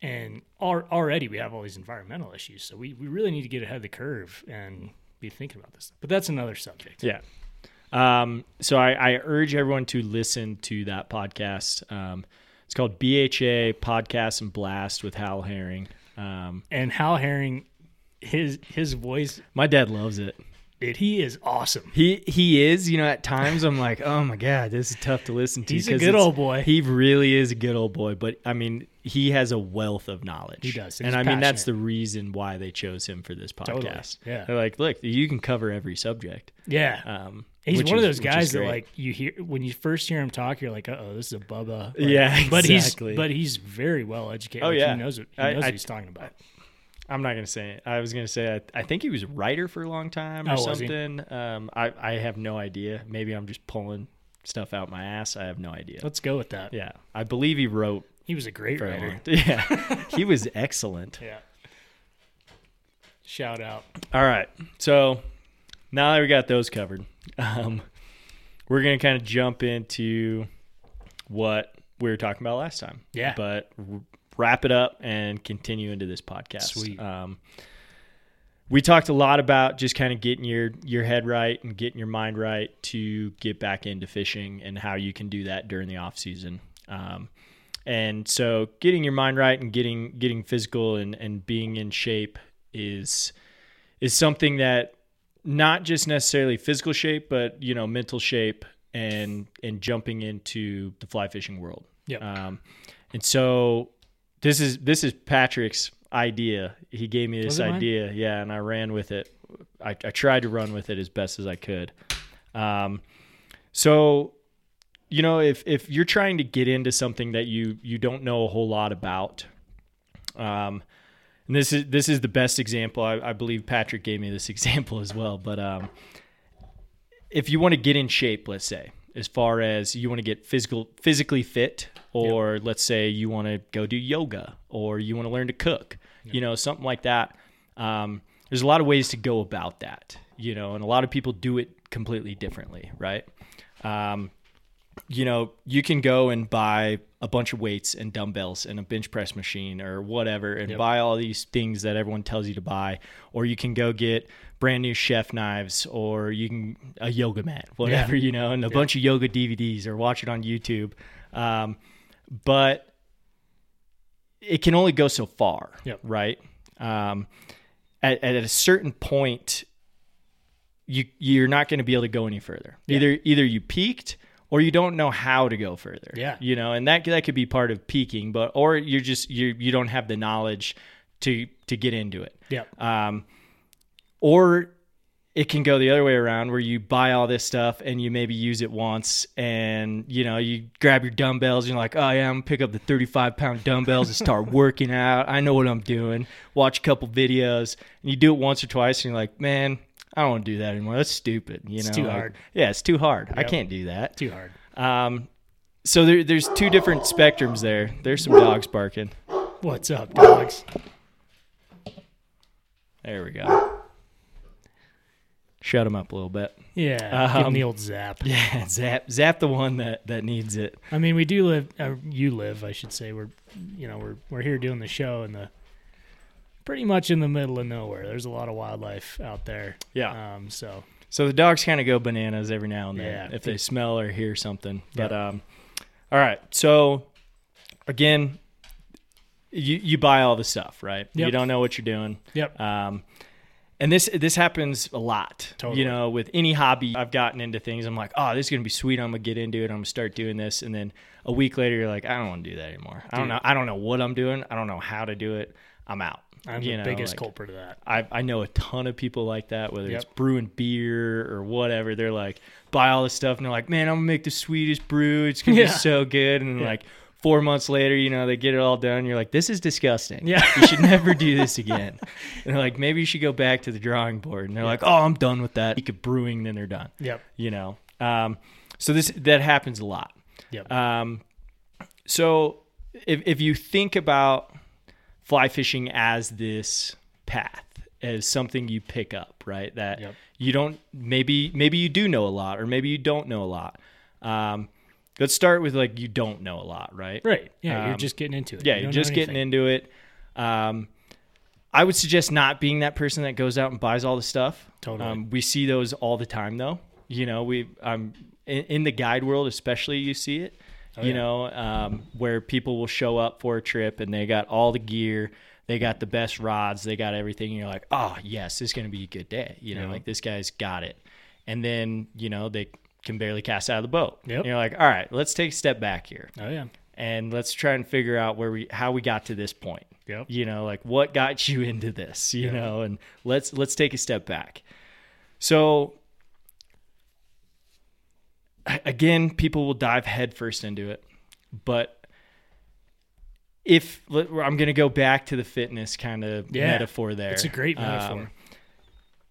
And al- already we have all these environmental issues, so we, we really need to get ahead of the curve and be thinking about this. But that's another subject.
Yeah. Um, so I, I urge everyone to listen to that podcast. Um, it's called BHA Podcast and Blast with Hal Herring. Um,
And Hal Herring, his his voice,
my dad loves it.
dude, he is awesome.
He he is, you know, at times I'm like, oh my god, this is tough to listen to.
He's a
'cause
good
it's-
old boy.
He really is a good old boy, but I mean, he has a wealth of knowledge.
He does, and
and I
he's
mean that's
passionate.
the reason why they chose him for this podcast.
Totally, yeah.
they're like, look, you can cover every subject.
Yeah.
Um,
He's
which
one of
is-
those
which is
guys that
great.
like you hear when you first hear him talk, you're like, uh oh, this is a Bubba. Like,
Yeah,
But he's
exactly.
but he's very well educated.
Oh,
Like,
yeah.
he knows what he
I-
knows
I-
what he's talking about.
I'm not gonna say it. I was gonna say I, I think he was a writer for a long time or
Oh, was he?
something. Um, I I have no idea. Maybe I'm just pulling stuff out my ass. I have no idea.
Let's go with that.
yeah, I believe he wrote
He was a great
for a long
writer.
Yeah, he was excellent.
Yeah. Shout out.
All right, so now that we got those covered, um, we're gonna kind of jump into what we were talking about last time.
Yeah.
but r- wrap it up and continue into this podcast.
Sweet.
Um, we talked a lot about just kind of getting your your head right and getting your mind right to get back into fishing and how you can do that during the off season. Um, and so getting your mind right and getting getting physical and and being in shape is is something that not just necessarily physical shape but you know mental shape and and jumping into the fly fishing world
Yep.
um and so this is this is patrick's idea he gave me this
Was it mine?
idea yeah and i ran with it I, I tried to run with it as best as i could um so you know if if you're trying to get into something that you you don't know a whole lot about um and this is this is the best example i, I believe patrick gave me this example as well but um if you want to get in shape let's say as far as you want to get physical physically fit or let's say you want to go do yoga or you want to learn to cook you know something like that um, there's a lot of ways to go about that you know and a lot of people do it completely differently right um, you know, you can go and buy a bunch of weights and dumbbells and a bench press machine or whatever and buy all these things that everyone tells you to buy or you can go get brand new chef knives or you can a yoga mat whatever you know and a bunch of yoga DVDs or watch it on YouTube um, but it can only go so far
Yep.
right um, at, at a certain point you you're not going to be able to go any further. Either either you peaked or you don't know how to go further.
Yeah.
You know, and that that could be part of peaking, but or you're just you you don't have the knowledge to to get into it.
Yep.
Um or it can go the other way around where you buy all this stuff and you maybe use it once and you know you grab your dumbbells and you're like oh yeah i'm gonna pick up the 35 pound dumbbells and start working out i know what i'm doing watch a couple videos and you do it once or twice and you're like man i don't want to do that anymore that's stupid you know
too
like,
hard.
yeah it's too hard i can't do that
Too hard.
um so there, there's two different spectrums there there's some dogs barking
What's up, dogs?
there we go shut them up a little bit
Yeah. give 'em
Um,
the old zap.
Yeah, zap zap the one that that needs it.
I mean, we do live. Uh, you live, I should say. We're, you know, we're we're here doing the show in the pretty much in the middle of nowhere. There's a lot of wildlife out there.
Yeah.
Um. So
So the dogs kind of go bananas every now and then
Yeah.
if they smell or hear something. But um, all right. So again, you you buy all the stuff, right? You
Yep.
don't know what you're doing.
Yep.
Um, and this this happens a lot.
Totally.
You know, with any hobby, I've gotten into things. I'm like, oh, this is gonna be sweet. I'm gonna get into it. I'm gonna start doing this, and then a week later, you're like, I don't want to do that anymore. I don't know. I don't know what I'm doing. I don't know how to do it. I'm out.
I'm
You
the
know,
biggest
like-
culprit of that.
I, I know a ton of people like that, whether it's
Yep.
brewing beer or whatever. They're like, buy all this stuff, and they're like, man, I'm gonna make the sweetest brew. It's gonna
Yeah.
be so good. And then,
Yeah.
like four months later, you know, they get it all done. You're like, this is disgusting. Yeah, you should never do this again. And they're like, maybe you should go back to the drawing board. And they're like, oh, I'm done with that. You could brewing, then they're done.
Yep.
You know, um, so this that happens a lot.
Yep.
Um, so if, if you think about fly fishing as this path, as something you pick up, right? That
Yep.
you don't maybe maybe you do know a lot, or maybe you don't know a lot. Um, let's start with like you don't know a lot, right?
right. Yeah. you're
um,
just getting into it.
Yeah, you're just getting into it. Um, I would suggest not being that person that goes out and buys all the stuff.
Totally.
Um, we see those all the time, though. You know, we um, in, in the guide world, especially, you see it. you
Oh, yeah.
know, um, where people will show up for a trip and they got all the gear, they got the best rods, they got everything. And you're like, oh yes, this is gonna be a good day. You know,
Yeah.
like this guy's got it. And then you know they can barely cast out of the boat.
Yep.
And you're like, all right, let's take a step back here
Oh yeah.
and let's try and figure out where we how we got to this point.
Yep.
You know, like what got you into this, you know, and let's let's take a step back. So a- again, people will dive headfirst into it, but if let- I'm going to go back to the fitness kind of
Yeah.
metaphor there.
It's a great
Um,
metaphor.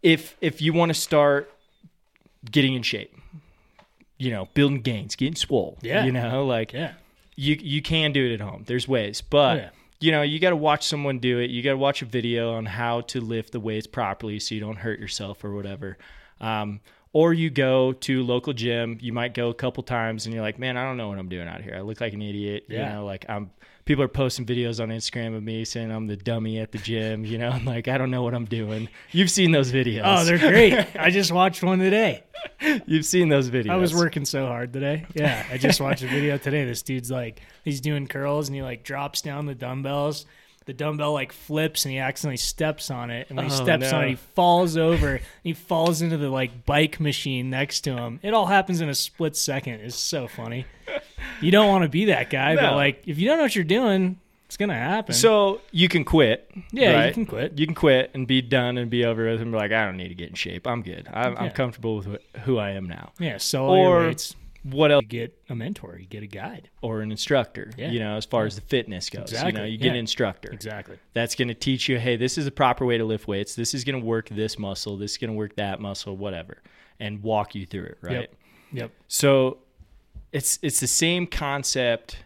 if if you want to start getting in shape, you know, building gains, getting swole,
Yeah.
you know, like
yeah.
you you can do it at home. There's ways, but
Oh, yeah.
you know, you got to watch someone do it. You got to watch a video on how to lift the weights properly so you don't hurt yourself or whatever. Um, or you go to local gym. You might go a couple times, and you're like, man, I don't know what I'm doing out here. I look like an idiot.
Yeah.
You know, like I'm. People are posting videos on Instagram of me saying I'm the dummy at the gym. You know, I'm like, I don't know what I'm doing. You've seen those videos.
Oh, they're great. I just watched one today.
You've seen those videos.
I was working so hard today. Yeah, I just watched a video today. This dude's like, he's doing curls and he like drops down the dumbbells. The dumbbell like flips and he accidentally steps on it. And when he
Oh,
steps on
no.
it, he falls over. and he falls into the like bike machine next to him. It all happens in a split second. It's so funny. You don't want to be that guy, but
No.
like if you don't know what you're doing, it's gonna happen.
So you can quit.
yeah, you
right?
can quit.
you can quit and be done and be over with and be like, I don't need to get in shape. I'm good. I'm,
Yeah.
I'm comfortable with wh- who I am now.
Yeah, sell all your
Or-
weights.
What else?
You get a mentor. You get a guide.
Or an instructor,
Yeah.
you know, as far as the fitness goes, you know,
Exactly.
you get an
Yeah.
instructor
Exactly.
that's going to teach you, hey, this is the proper way to lift weights. This is going to work this muscle. This is going to work that muscle, whatever, and walk you through it, right?
Yep. Yep.
So it's it's the same concept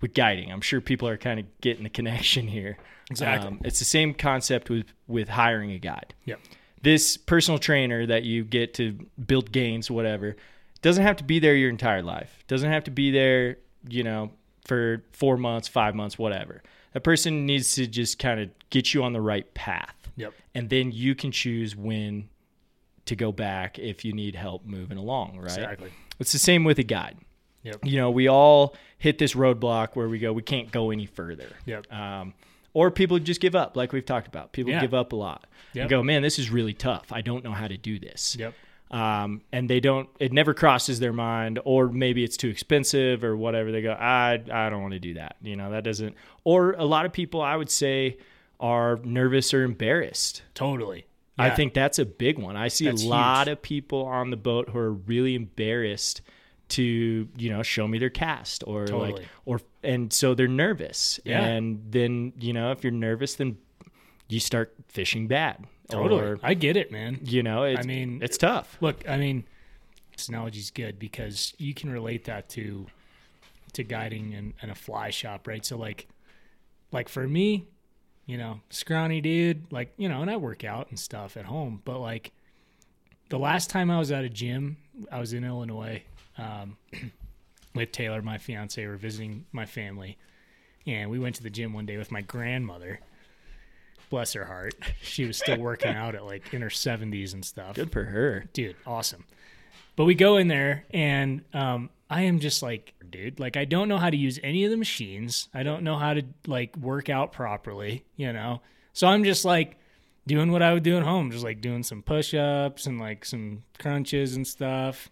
with guiding. I'm sure people are kind of getting the connection here. Um,
Exactly.
it's the same concept with with hiring a guide.
Yep.
this personal trainer that you get to build gains, whatever, doesn't have to be there your entire life. Doesn't have to be there, you know, for four months, five months, whatever. That person needs to just kind of get you on the right path.
Yep.
And then you can choose when to go back if you need help moving along, right?
Exactly.
It's the same with a guide.
Yep.
You know, we all hit this roadblock where we go, we can't go any further.
Yep.
Um, or people just give up, like we've talked about. People
Yeah.
give up a lot
Yep.
and go, man, this is really tough. I don't know how to do this.
Yep.
Um, and they don't, it never crosses their mind, or maybe it's too expensive or whatever. They go, I, I don't want to do that. You know, that doesn't, or a lot of people I would say are nervous or embarrassed.
Totally.
I
Yeah.
think that's a big one. I see
That's
a
huge.
lot of people on the boat who are really embarrassed to, you know, show me their cast or
Totally.
like or and so they're nervous.
Yeah.
And then, you know, if you're nervous then you start fishing bad.
Totally.
Or,
I get it, man.
you know, it's,
I mean-
it's tough.
Look, I mean, this analogy's good because you can relate that to to guiding and, and a fly shop, right? So like like for me, you know, scrawny dude, like, you know, and I work out and stuff at home, but like the last time I was at a gym, I was in Illinois um, with Taylor, my fiance, we were visiting my family, and we went to the gym one day with my grandmother. Bless her heart, she was still working out at like in her seventies and stuff
Good for her.
dude, awesome. But we go in there, and um, I am just like, dude, like I don't know how to use any of the machines. I don't know how to like work out properly, you know. So I'm just like doing what I would do at home, just like doing some push-ups and like some crunches and stuff.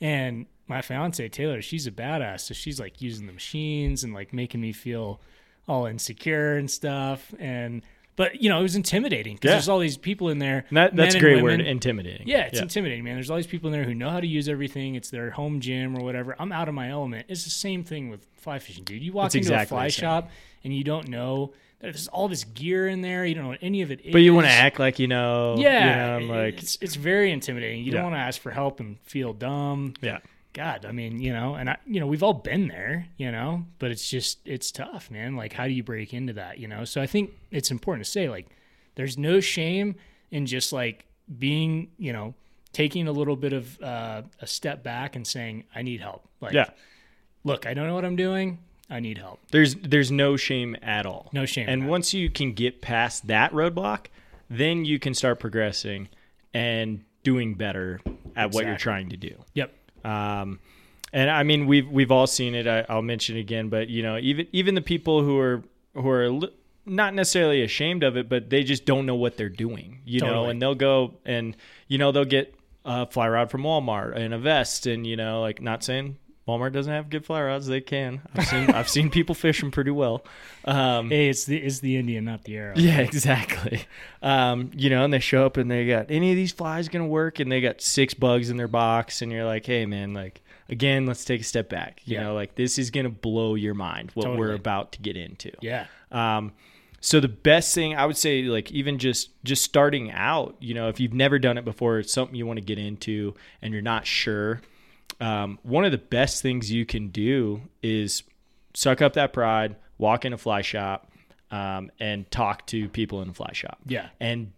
And my fiance Taylor, she's a badass, so she's like using the machines and like making me feel all insecure and stuff. And but you know, it was intimidating because
Yeah.
there's all these people in there.
And that,
men
that's a
and
great word,
women.
intimidating.
Yeah, it's intimidating, man. There's all these people in there who know how to use everything. It's their home gym or whatever. I'm out of my element. It's the same thing with fly fishing, dude. You walk
It's
into
exactly
a fly
the same.
shop and you don't know that there's all this gear in there. You don't know what any of it is.
But you want to act like you know.
yeah.
You know, like
it's it's very intimidating. You
Yeah.
don't want to ask for help and feel dumb.
yeah.
God, I mean, you know, and I, you know, we've all been there, you know, but it's just, it's tough, man. Like, how do you break into that, you know? So I think it's important to say, like, there's no shame in just like being, you know, taking a little bit of uh, a step back and saying, I need help. Like,
Yeah.
look, I don't know what I'm doing. I need help.
There's there's no shame at all.
No shame
And
at all.
once you can get past that roadblock, then you can start progressing and doing better at what you're
Exactly.
trying to do.
Yep.
Um, and I mean, we've we've all seen it. I, I'll mention it again, but you know, even even the people who are who are li- not necessarily ashamed of it, but they just don't know what they're doing. You know,
Totally.
and they'll go and you know they'll get a fly rod from Walmart and a vest, and you know, like not saying Walmart doesn't have good fly rods. They can. I've seen I've seen people fish them pretty well. Um,
Hey, it's the, it's the Indian, not the arrow.
yeah, exactly. Um, you know, and they show up and they got any of these flies gonna work, and they got six bugs in their box, and you're like, hey man, like again, let's take a step back. You
Yeah.
know, like this is going to blow your mind what we're
Totally.
about to get into.
Yeah.
Um, so the best thing I would say, like even just just starting out, you know, if you've never done it before, it's something you want to get into, and you're not sure. Um, one of the best things you can do is suck up that pride, walk in a fly shop, um, and talk to people in a fly shop.
Yeah.
and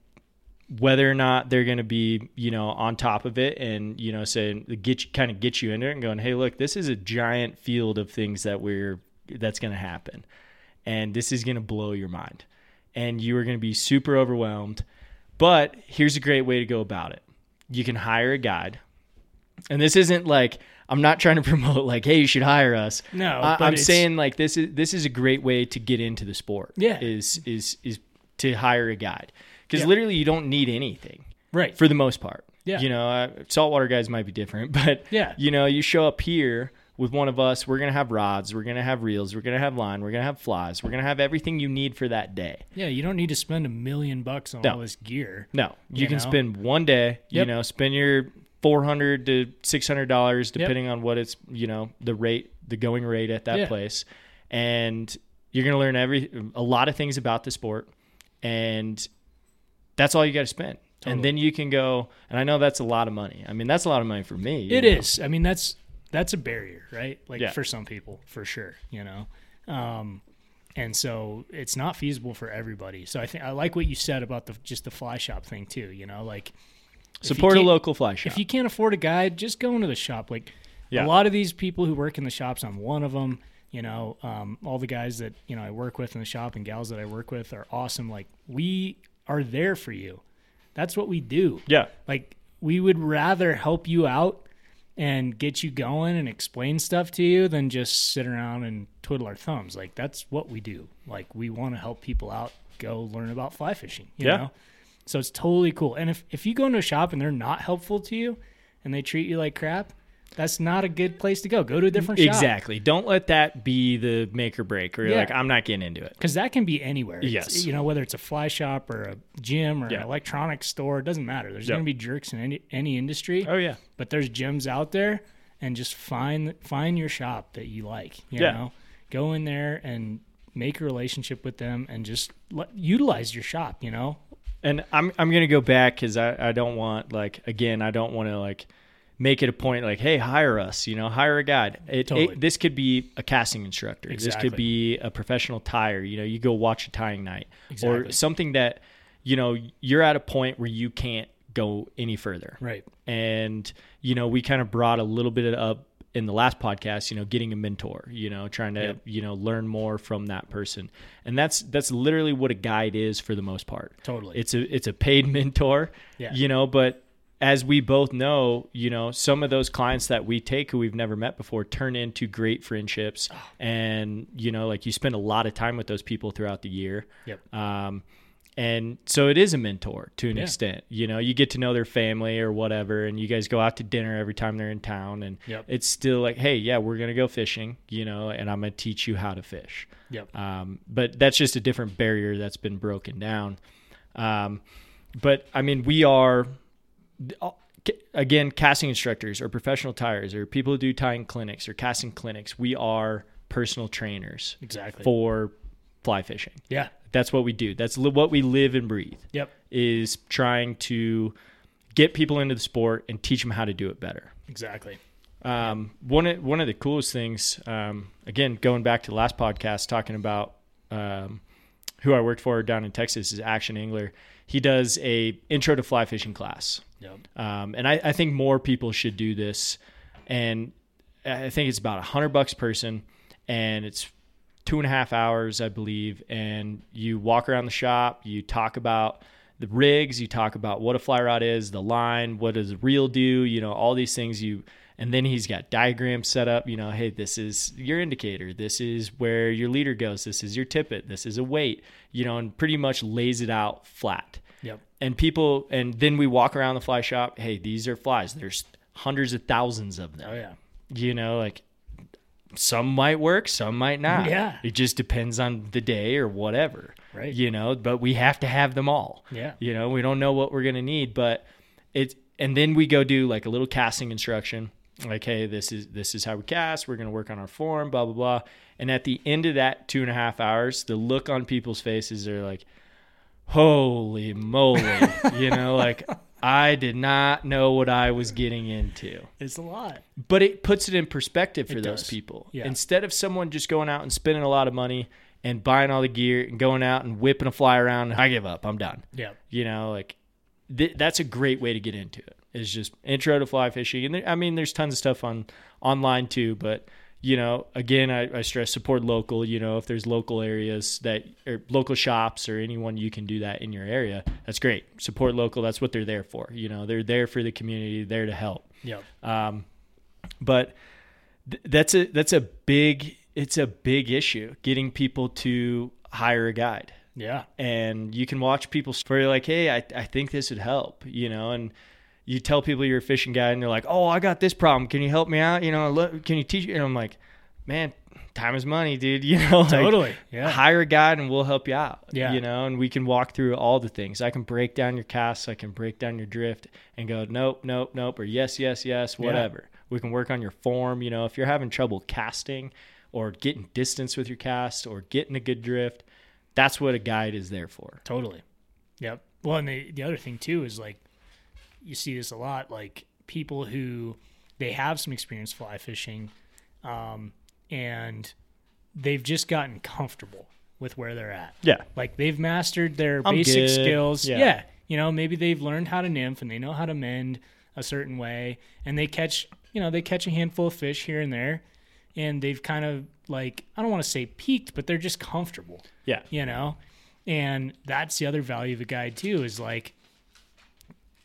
whether or not they're going to be you know on top of it and you know saying get you kind of get you into it and going hey look this is a giant field of things that we're that's going to happen and this is going to blow your mind and you are going to be super overwhelmed but here's a great way to go about it you can hire a guide and this isn't like i'm not trying to promote like hey you should hire us
No,
I,
but
i'm
it's-
saying like this is this is a great way to get into the sport
Yeah.
is is is to hire a guide because
Yeah.
literally you don't need anything
Right.
for the most part.
Yeah.
You know, uh, saltwater guys might be different, but
Yeah.
you know, you show up here with one of us, we're going to have rods, we're going to have reels, we're going to have line, we're going to have flies, we're going to have everything you need for that day.
yeah. You don't need to spend a million bucks on
No.
all this gear.
No, you,
You
can
know?
spend one day, you
Yep.
know, spend your 400 to $600 depending on what it's, you know, the rate, the going rate at that
Yeah.
place. And you're going to learn every a lot of things about the sport and that's all you got to spend. And then you can go, and I know that's a lot of money. I mean, that's a lot of money for me.
It is. I mean, that's that's a barrier, right? Like
Yeah.
for some people, for sure, you know. Um, and so it's not feasible for everybody. So I think I like what you said about the just the fly shop thing too. You know, like if you
Support a
can't-
local fly shop.
If you can't afford a guide, just go into the shop. Like
Yeah.
a lot of these people who work in the shops, I'm one of them. You know, um, all the guys that you know I work with in the shop and gals that I work with are awesome. Like we are there for you. That's what we do.
yeah.
Like we would rather help you out and get you going and explain stuff to you than just sit around and twiddle our thumbs. Like that's what we do. Like we want to help people out go learn about fly fishing, you
Yeah.
know? So it's totally cool. And if if you go into a shop and they're not helpful to you and they treat you like crap, that's not a good place to go. Go to a different shop.
Exactly. Don't let that be the make or break, or you're
Yeah.
like, I'm not getting into it.
Because that can be anywhere. It's-
Yes.
you know, whether it's a fly shop or a gym or
Yeah.
an electronics store, it doesn't matter. There's
Yep.
going to be jerks in any, any industry.
Oh, yeah.
but there's gyms out there and just find find your shop that you like you
Yeah.
know go in there and make a relationship with them and just let, utilize your shop you know
and I'm I'm gonna go back because I I don't want like again I don't want to like make it a point like hey hire us you know hire a guide it,
Totally.
it- this could be a casting instructor this could
Exactly.
be a professional tire you know you go watch a tying night or
Exactly.
something that you know you're at a point where you can't go any further
right
and you know we kind of brought a little bit up in the last podcast you know getting a mentor you know trying to
Yep.
you know learn more from that person and that's that's literally what a guide is for the most part
Totally.
it's a it's a paid mentor
Yeah.
you know but as we both know you know some of those clients that we take who we've never met before turn into great friendships
Ah.
and you know like you spend a lot of time with those people throughout the year
yep
um, and so it is a mentor to an
Yeah.
extent. You know, you get to know their family or whatever, and you guys go out to dinner every time they're in town. And
Yep.
it's still like, hey, yeah, we're going to go fishing, you know, and I'm going to teach you how to fish.
yep
Um, but that's just a different barrier that's been broken down. Um, but I mean, we are again casting instructors or professional tires or people who do tying clinics or casting clinics. We are personal trainers
Exactly.
for fly fishing.
yeah
That's what we do. That's li- what we live and breathe.
yep
Is trying to get people into the sport and teach them how to do it better.
exactly
Um, one of, one of the coolest things, um, again, going back to the last podcast, talking about um, who I worked for down in Texas is Action Angler. He does a intro to fly fishing class,
yep
um, and I, I think more people should do this. And I think it's about a hundred bucks a person, and it's two and a half hours, I believe. And you walk around the shop, you talk about the rigs, you talk about what a fly rod is, the line, what does a reel do, you know, all these things you and then he's got diagrams set up, you know, hey, this is your indicator, this is where your leader goes, this is your tippet, this is a weight, you know, and pretty much lays it out flat
yep
and people and then we walk around the fly shop hey these are flies there's hundreds of thousands of them
oh yeah
you know like some might work some might not
Yeah.
it just depends on the day or whatever
Right.
you know but we have to have them all
Yeah.
you know we don't know what we're gonna need but it's and then we go do like a little casting instruction like, hey, this is this is how we cast. We're gonna work on our form, blah blah blah. And at the end of that two and a half hours, the look on people's faces are like, holy moly, you know, like I did not know what I was getting into
It's a lot.
but it puts it in perspective for
It
those
does.
people.
Yeah.
Instead of someone just going out and spending a lot of money and buying all the gear and going out and whipping a fly around, I give up, I'm done.
Yeah.
You know, like th- that's a great way to get into it. It's just intro to fly fishing, and there, I mean, there's tons of stuff on online too. But you know, again, I, I stress support local. You know, if there's local areas that or local shops or anyone you can do that in your area, that's great. Support local. That's what they're there for. You know, they're there for the community. There to help
Yep.
but th- that's a that's a big it's a big issue getting people to hire a guide
Yeah.
and you can watch people where you're like hey I, I think this would help you know and you tell people you're a fishing guide and they're like oh i got this problem can you help me out you know look, can you teach and i'm like man time is money dude you know like,
Totally. Yeah.
hire a guide and we'll help you out
Yeah.
you know and we can walk through all the things i can break down your casts i can break down your drift and go nope nope nope or yes yes yes whatever we can work on your form you know if you're having trouble casting or getting distance with your cast or getting a good drift that's what a guide is there for
Totally. Yep. Well, and the, the other thing too is like you see this a lot, like people who they have some experience fly fishing, um, and they've just gotten comfortable with where they're at.
yeah
Like they've mastered their
I'm
basic
good.
skills.
Yeah.
Yeah. You know, maybe they've learned how to nymph and they know how to mend a certain way and they catch, you know, they catch a handful of fish here and there and they've kind of like, I don't want to say peaked, but they're just comfortable
yeah
you know and that's the other value of a guide too is like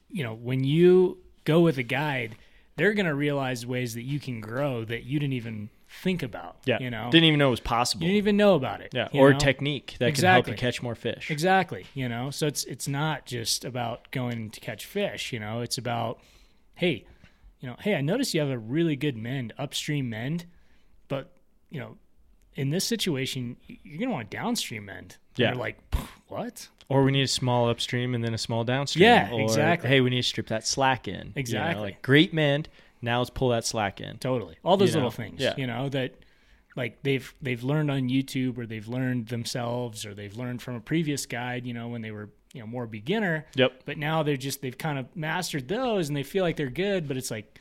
you know when you go with a guide they're going to realize ways that you can grow that you didn't even think about
yeah
you know
didn't even know it was possible
you didn't even know about it
yeah
you
or
know?
technique that can
Exactly.
help you catch more fish
exactly you know so it's it's not just about going to catch fish you know it's about hey you know hey i noticed you have a really good mend upstream mend but you know in this situation y- you're going to want a downstream mend
Yeah.
you're like what
Or we need a small upstream and then a small downstream.
Yeah,
Or,
exactly.
Hey, we need to strip that slack in. You know,
Exactly.
like great mend. Now let's pull that slack in.
Totally. All those
You know?
little things,
Yeah.
you know, that like they've they've learned on YouTube or they've learned themselves or they've learned from a previous guide, you know, when they were, you know, more beginner.
Yep.
But now they're just they've kind of mastered those and they feel like they're good, but it's like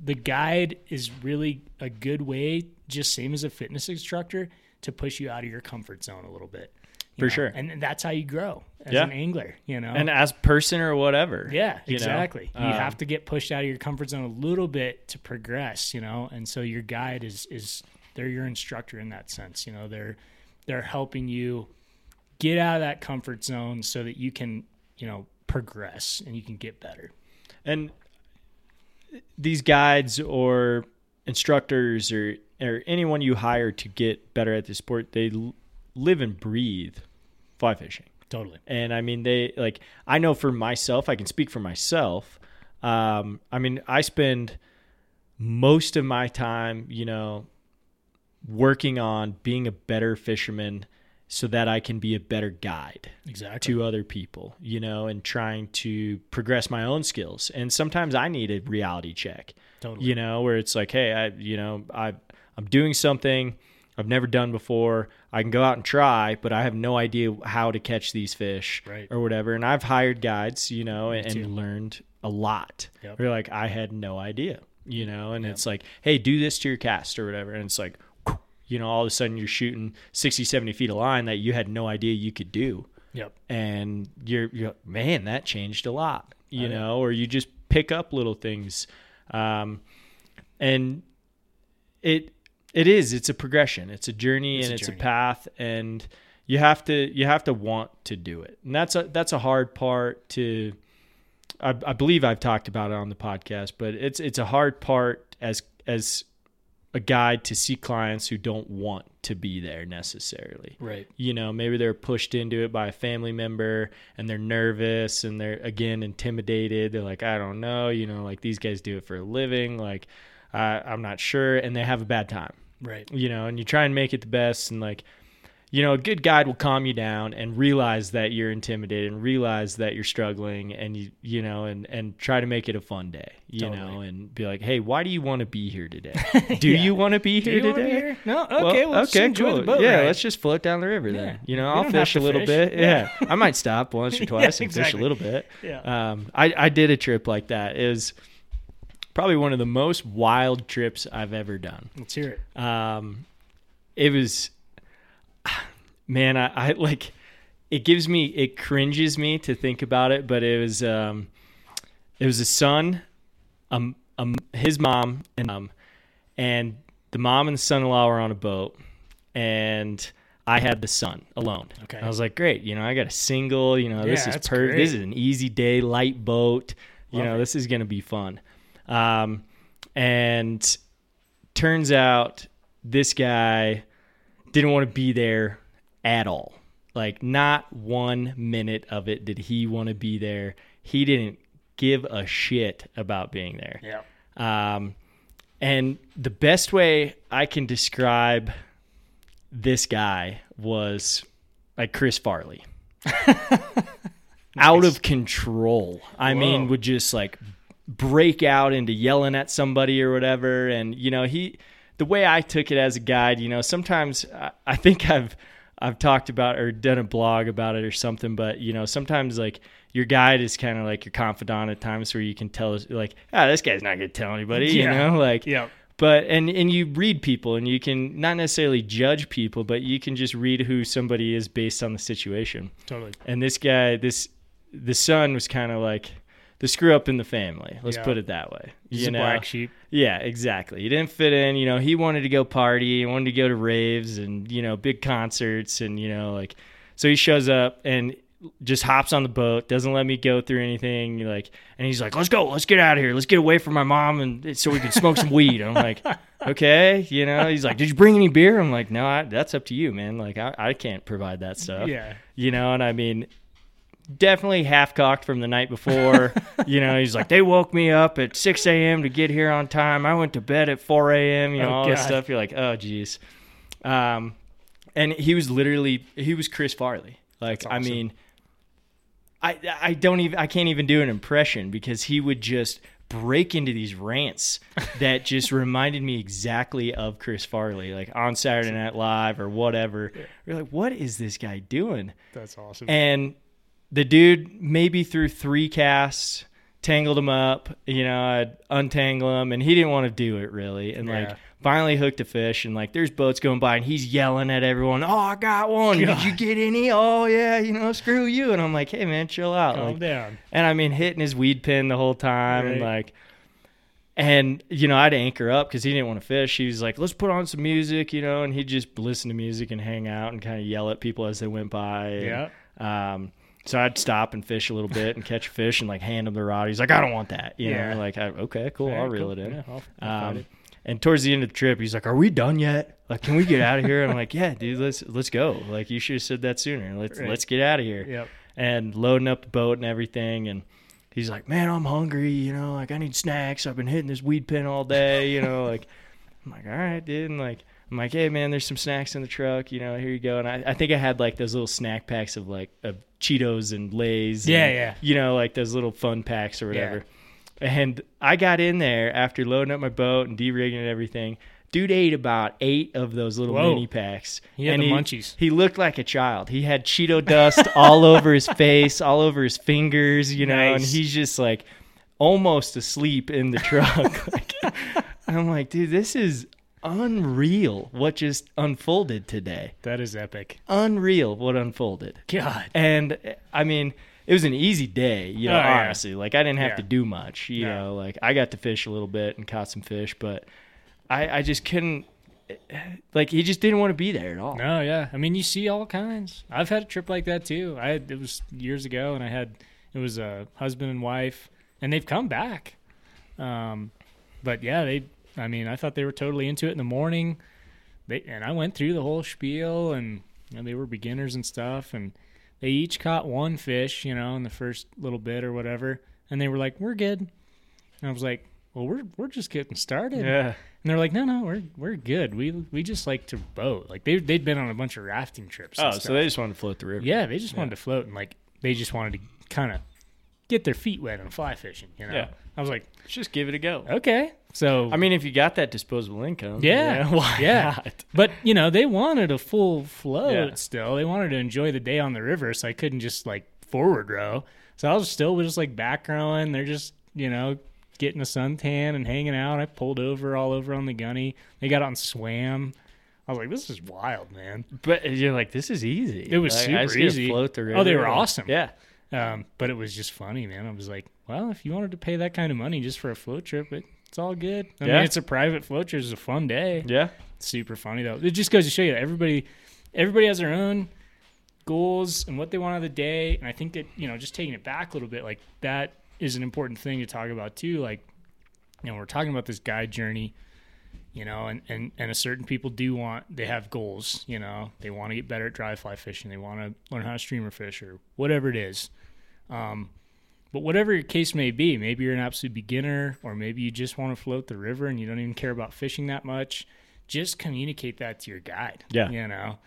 the guide is really a good way, just same as a fitness instructor, to push you out of your comfort zone a little bit. you
For
know?
sure.
And that's how you grow as
Yeah.
an angler, you know.
And as person or whatever.
Yeah,
you know?
exactly. You,
Um,
have to get pushed out of your comfort zone a little bit to progress, you know. And so your guide is is they're your instructor in that sense, you know. They're they're helping you get out of that comfort zone so that you can, you know, progress and you can get better.
and these guides or instructors or or anyone you hire to get better at the sport, they l- live and breathe fly fishing.
Totally.
And I mean, they like, I know for myself, I can speak for myself. Um, I mean, I spend most of my time, you know, working on being a better fisherman so that I can be a better guide
Exactly.
to other people, you know, and trying to progress my own skills. And sometimes I need a reality check,
Totally.
you know, where it's like, hey, I, you know, I, I'm doing something I've never done before. I can go out and try, but I have no idea how to catch these fish
Right.
or whatever. And I've hired guides, you know, and,
too.
learned a lot.
Yep.
Where like I had no idea, you know, and it's like, hey, do this to your cast or whatever. And it's like, you know, all of a sudden you're shooting 60, 70 feet of line that you had no idea you could do
Yep.
and you're, you're man that changed a lot
Oh,
you know or you just pick up little things um and it it is it's a progression it's a journey and
a
it's
journey.
a path and you have to you have to want to do it and that's a that's a hard part to I, I believe I've talked about it on the podcast, but it's it's a hard part as as a guide to see clients who don't want to be there necessarily.
Right.
You know, maybe they're pushed into it by a family member and they're nervous and they're again intimidated. They're like, I don't know, you know, like these guys do it for a living, like I I'm not sure, and they have a bad time
Right.
you know, and you try and make it the best. And like, you know, a good guide will calm you down and realize that you're intimidated and realize that you're struggling and you you know and and try to make it a fun day, you know, and be like, "Hey, why do you want to be here today? Do you want to be
Do
here
you wanna
today?"
be here? No, okay, well, let's just enjoy the boat
Yeah,
ride.
let's just float down the river
Yeah.
then. You know,
We
I'll
don't have
fish a
to
little
fish.
bit.
Yeah.
Yeah. I might stop once or twice and
exactly.
fish a little bit.
Yeah.
Um, I, I did a trip like that. It was probably one of the most wild trips I've ever done.
Let's hear it.
Um, it was, man, I, I like, it gives me, it cringes me to think about it, but it was, um, it was a son, um, um, his mom and um, and the mom and the son-in-law were on a boat, and I had the son alone.
Okay.
I was like, great, you know, I got a single, you know, this
Yeah,
is
that's
per- this
great.
is an easy day, light boat, you
Love
know,
it.
this is gonna be fun. Um, and turns out this guy didn't want to be there at all. Like not one minute of it did he want to be there. He didn't give a shit about being there.
Yeah.
Um, and the best way I can describe this guy was like Chris Farley. out of control. I mean, would just like break out into yelling at somebody or whatever. And, you know, he, the way I took it as a guide, you know, sometimes I, I think I've, I've talked about or done a blog about it or something, but you know, sometimes like your guide is kind of like your confidant at times where you can tell like, ah, this guy's not going to tell anybody,
Yeah.
you know, like,
Yep.
but and and you read people and you can not necessarily judge people but you can just read who somebody is based on the situation
Totally.
and this guy this the son was kind of like the screw up in the family let's
Yeah.
put it that way
He's
you
a
know
black sheep.
yeah exactly he didn't fit in you know he wanted to go party he wanted to go to raves and you know big concerts and you know like so he shows up and just hops on the boat doesn't let me go through anything like and he's like let's go let's get out of here let's get away from my mom and so we can smoke some weed i'm like okay you know he's like did you bring any beer i'm like no I, that's up to you man like I, I can't provide that stuff
Yeah.
you know, and I mean, definitely half cocked from the night before. you know, he's like, they woke me up at 6 a.m. to get here on time. I went to bed at 4 a.m., you know,
Oh,
all this
God.
stuff. You're like, oh, geez. Um, and he was literally, he was Chris Farley. Like,
That's
I
awesome.
mean, I, I don't even, I can't even do an impression because he would just break into these rants that just reminded me exactly of Chris Farley, like on Saturday Night Live or whatever. You're like, what is this guy doing?
That's awesome.
And the dude maybe threw three casts, tangled him up. You know, I'd untangle him, and he didn't want to do it really. And
Yeah.
like finally hooked a fish, and like there's boats going by, and he's yelling at everyone, "Oh, I got one! Did you get any? Oh yeah, you know, screw you!" And I'm like, "Hey man, chill out."
Calm
Like,
down.
and I mean hitting his weed pin the whole time and
Right.
like and you know I'd anchor up because he didn't want to fish. He was like, "Let's put on some music," you know, and he'd just listen to music and hang out and kind of yell at people as they went by. and, Um, so I'd stop and fish a little bit and catch a fish and like hand him the rod. He's like, "I don't want that," you
Yeah.
know, like, I, "Okay, cool,
All
I'll
right,
reel
cool.
it in."
Yeah, I'll- I'll find
Um,
it.
and towards the end of the trip, he's like, "Are we done yet? Like, can we get out of here?" I'm like, "Yeah, dude, let's let's go. Like, you should have said that sooner. Let's
Right.
let's get out of here."
Yep.
And loading up the boat and everything, and he's like, "Man, I'm hungry. You know, like I need snacks. I've been hitting this weed pin all day. You know, like." I'm like, "All right, dude." And like, I'm like, "Hey, man, there's some snacks in the truck. You know, here you go." And I, I think I had like those little snack packs of like of Cheetos and Lay's.
Yeah,
and,
yeah.
You know, like those little fun packs or whatever.
Yeah.
And I got in there after loading up my boat and derigging and everything. Dude ate about eight of those little
Whoa.
mini packs.
He had
and
the munchies.
He looked like a child. He had Cheeto dust all over his face, all over his fingers, you know, and
Nice.
he's just like almost asleep in the truck. like, I'm like, dude, this is unreal what just unfolded today.
That is epic.
Unreal what unfolded.
God.
And uh, I mean, it was an easy day, you know,
Oh, yeah.
honestly. Like I didn't have
Yeah.
to do much, you
No.
know, like I got to fish a little bit and caught some fish, but I, I just couldn't like he just didn't want to be there at all.
No, yeah. I mean, you see all kinds. I've had a trip like that too. I had, it was years ago, and I had it was a husband and wife, and they've come back. Um, but yeah, they. I mean, I thought they were totally into it in the morning. They and I went through the whole spiel, and you know, they were beginners and stuff, and they each caught one fish, you know, in the first little bit or whatever, and they were like, "We're good," and I was like, well, we're we're just getting started.
Yeah.
And they're like, no, no, we're we're good. We we just like to boat. Like they they'd been on a bunch of rafting trips. and
Oh,
stuff.
so they just wanted to float the river.
yeah, they just wanted to float and like they just wanted to kind of get their feet wet on fly fishing. You know,
Yeah.
I was like,
Let's just give it a go.
okay, so
I mean, if you got that disposable income,
Oh. yeah,
you know, why
yeah.
not?
But you know, they wanted a full float
Yeah.
still. They wanted to enjoy the day on the river, so I couldn't just like forward row. So I was still just like back rowing. They're just you know getting a suntan and hanging out. I pulled over all over on the gunny. They got on swam. I was like, this is wild, man.
But you're like, this is easy.
It was
Like, I
super
just get to
easy.
Float the river.
Oh, they were
and-
awesome.
Yeah.
Um, but it was just funny, man. I was like, well, if you wanted to pay that kind of money just for a float trip, it, it's all good. I
Yeah.
mean, it's a private float trip. It's a fun day.
Yeah.
super funny though. It just goes to show you that everybody everybody has their own goals and what they want out of the day. And I think that, you know, just taking it back a little bit, like that is an important thing to talk about too. Like, you know, we're talking about this guide journey, you know, and, and, and a certain people do want they have goals, you know. They want to get better at dry fly fishing, they want to learn how to streamer fish or whatever it is. Um but whatever your case may be, maybe you're an absolute beginner, or maybe you just want to float the river and you don't even care about fishing that much just communicate that to your guide.
Yeah.
You know,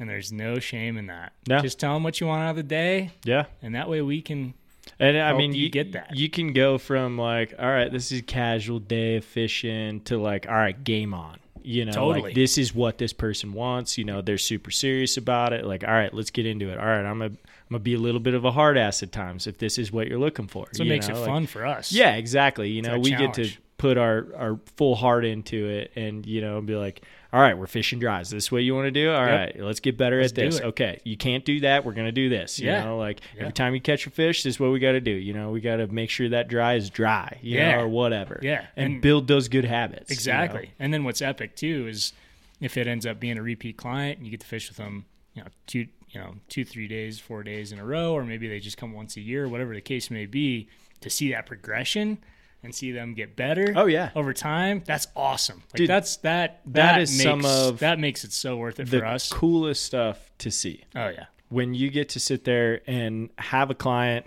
and there's no shame in that.
No.
Just tell them what you want out of the day,
Yeah.
and that way we can.
And I
Help
mean,
you
you
get that.
You can go from like, all right, this is casual day of fishing to like, all right, game on. You know,
Totally.
like this is what this person wants. You know, they're super serious about it. Like, all right, let's get into it. All right, I'm a, I'm gonna be a little bit of a hard ass at times if this is what you're looking for.
So it
you
makes it
know, like-
fun for us.
Yeah, exactly. You know,
our
we get to
challenge.
put our our full heart into it, and you know, be like, all right, we're fishing dries. This is what you want to do. All
Yep.
right, let's get better
Let's
at
do
this.
it.
Okay, you can't do that. We're gonna do this. You
Yeah.
know, like
Yeah.
every time you catch a fish, this is what we got to do. You know, we got to make sure that dry is dry. You
Yeah.
know, or whatever.
Yeah,
and,
and-
build those good habits. you know?
Exactly. And then what's epic too is if it ends up being a repeat client and you get to fish with them, you know, two, you know, two, three days, four days in a row, or maybe they just come once a year, whatever the case may be, to see that progression and see them get better.
Oh, yeah.
Over time, that's awesome. Like
Dude,
that's that. That,
is
makes,
some of
that makes it so worth it
The
for us.
coolest stuff to see.
oh yeah.
when you get to sit there and have a client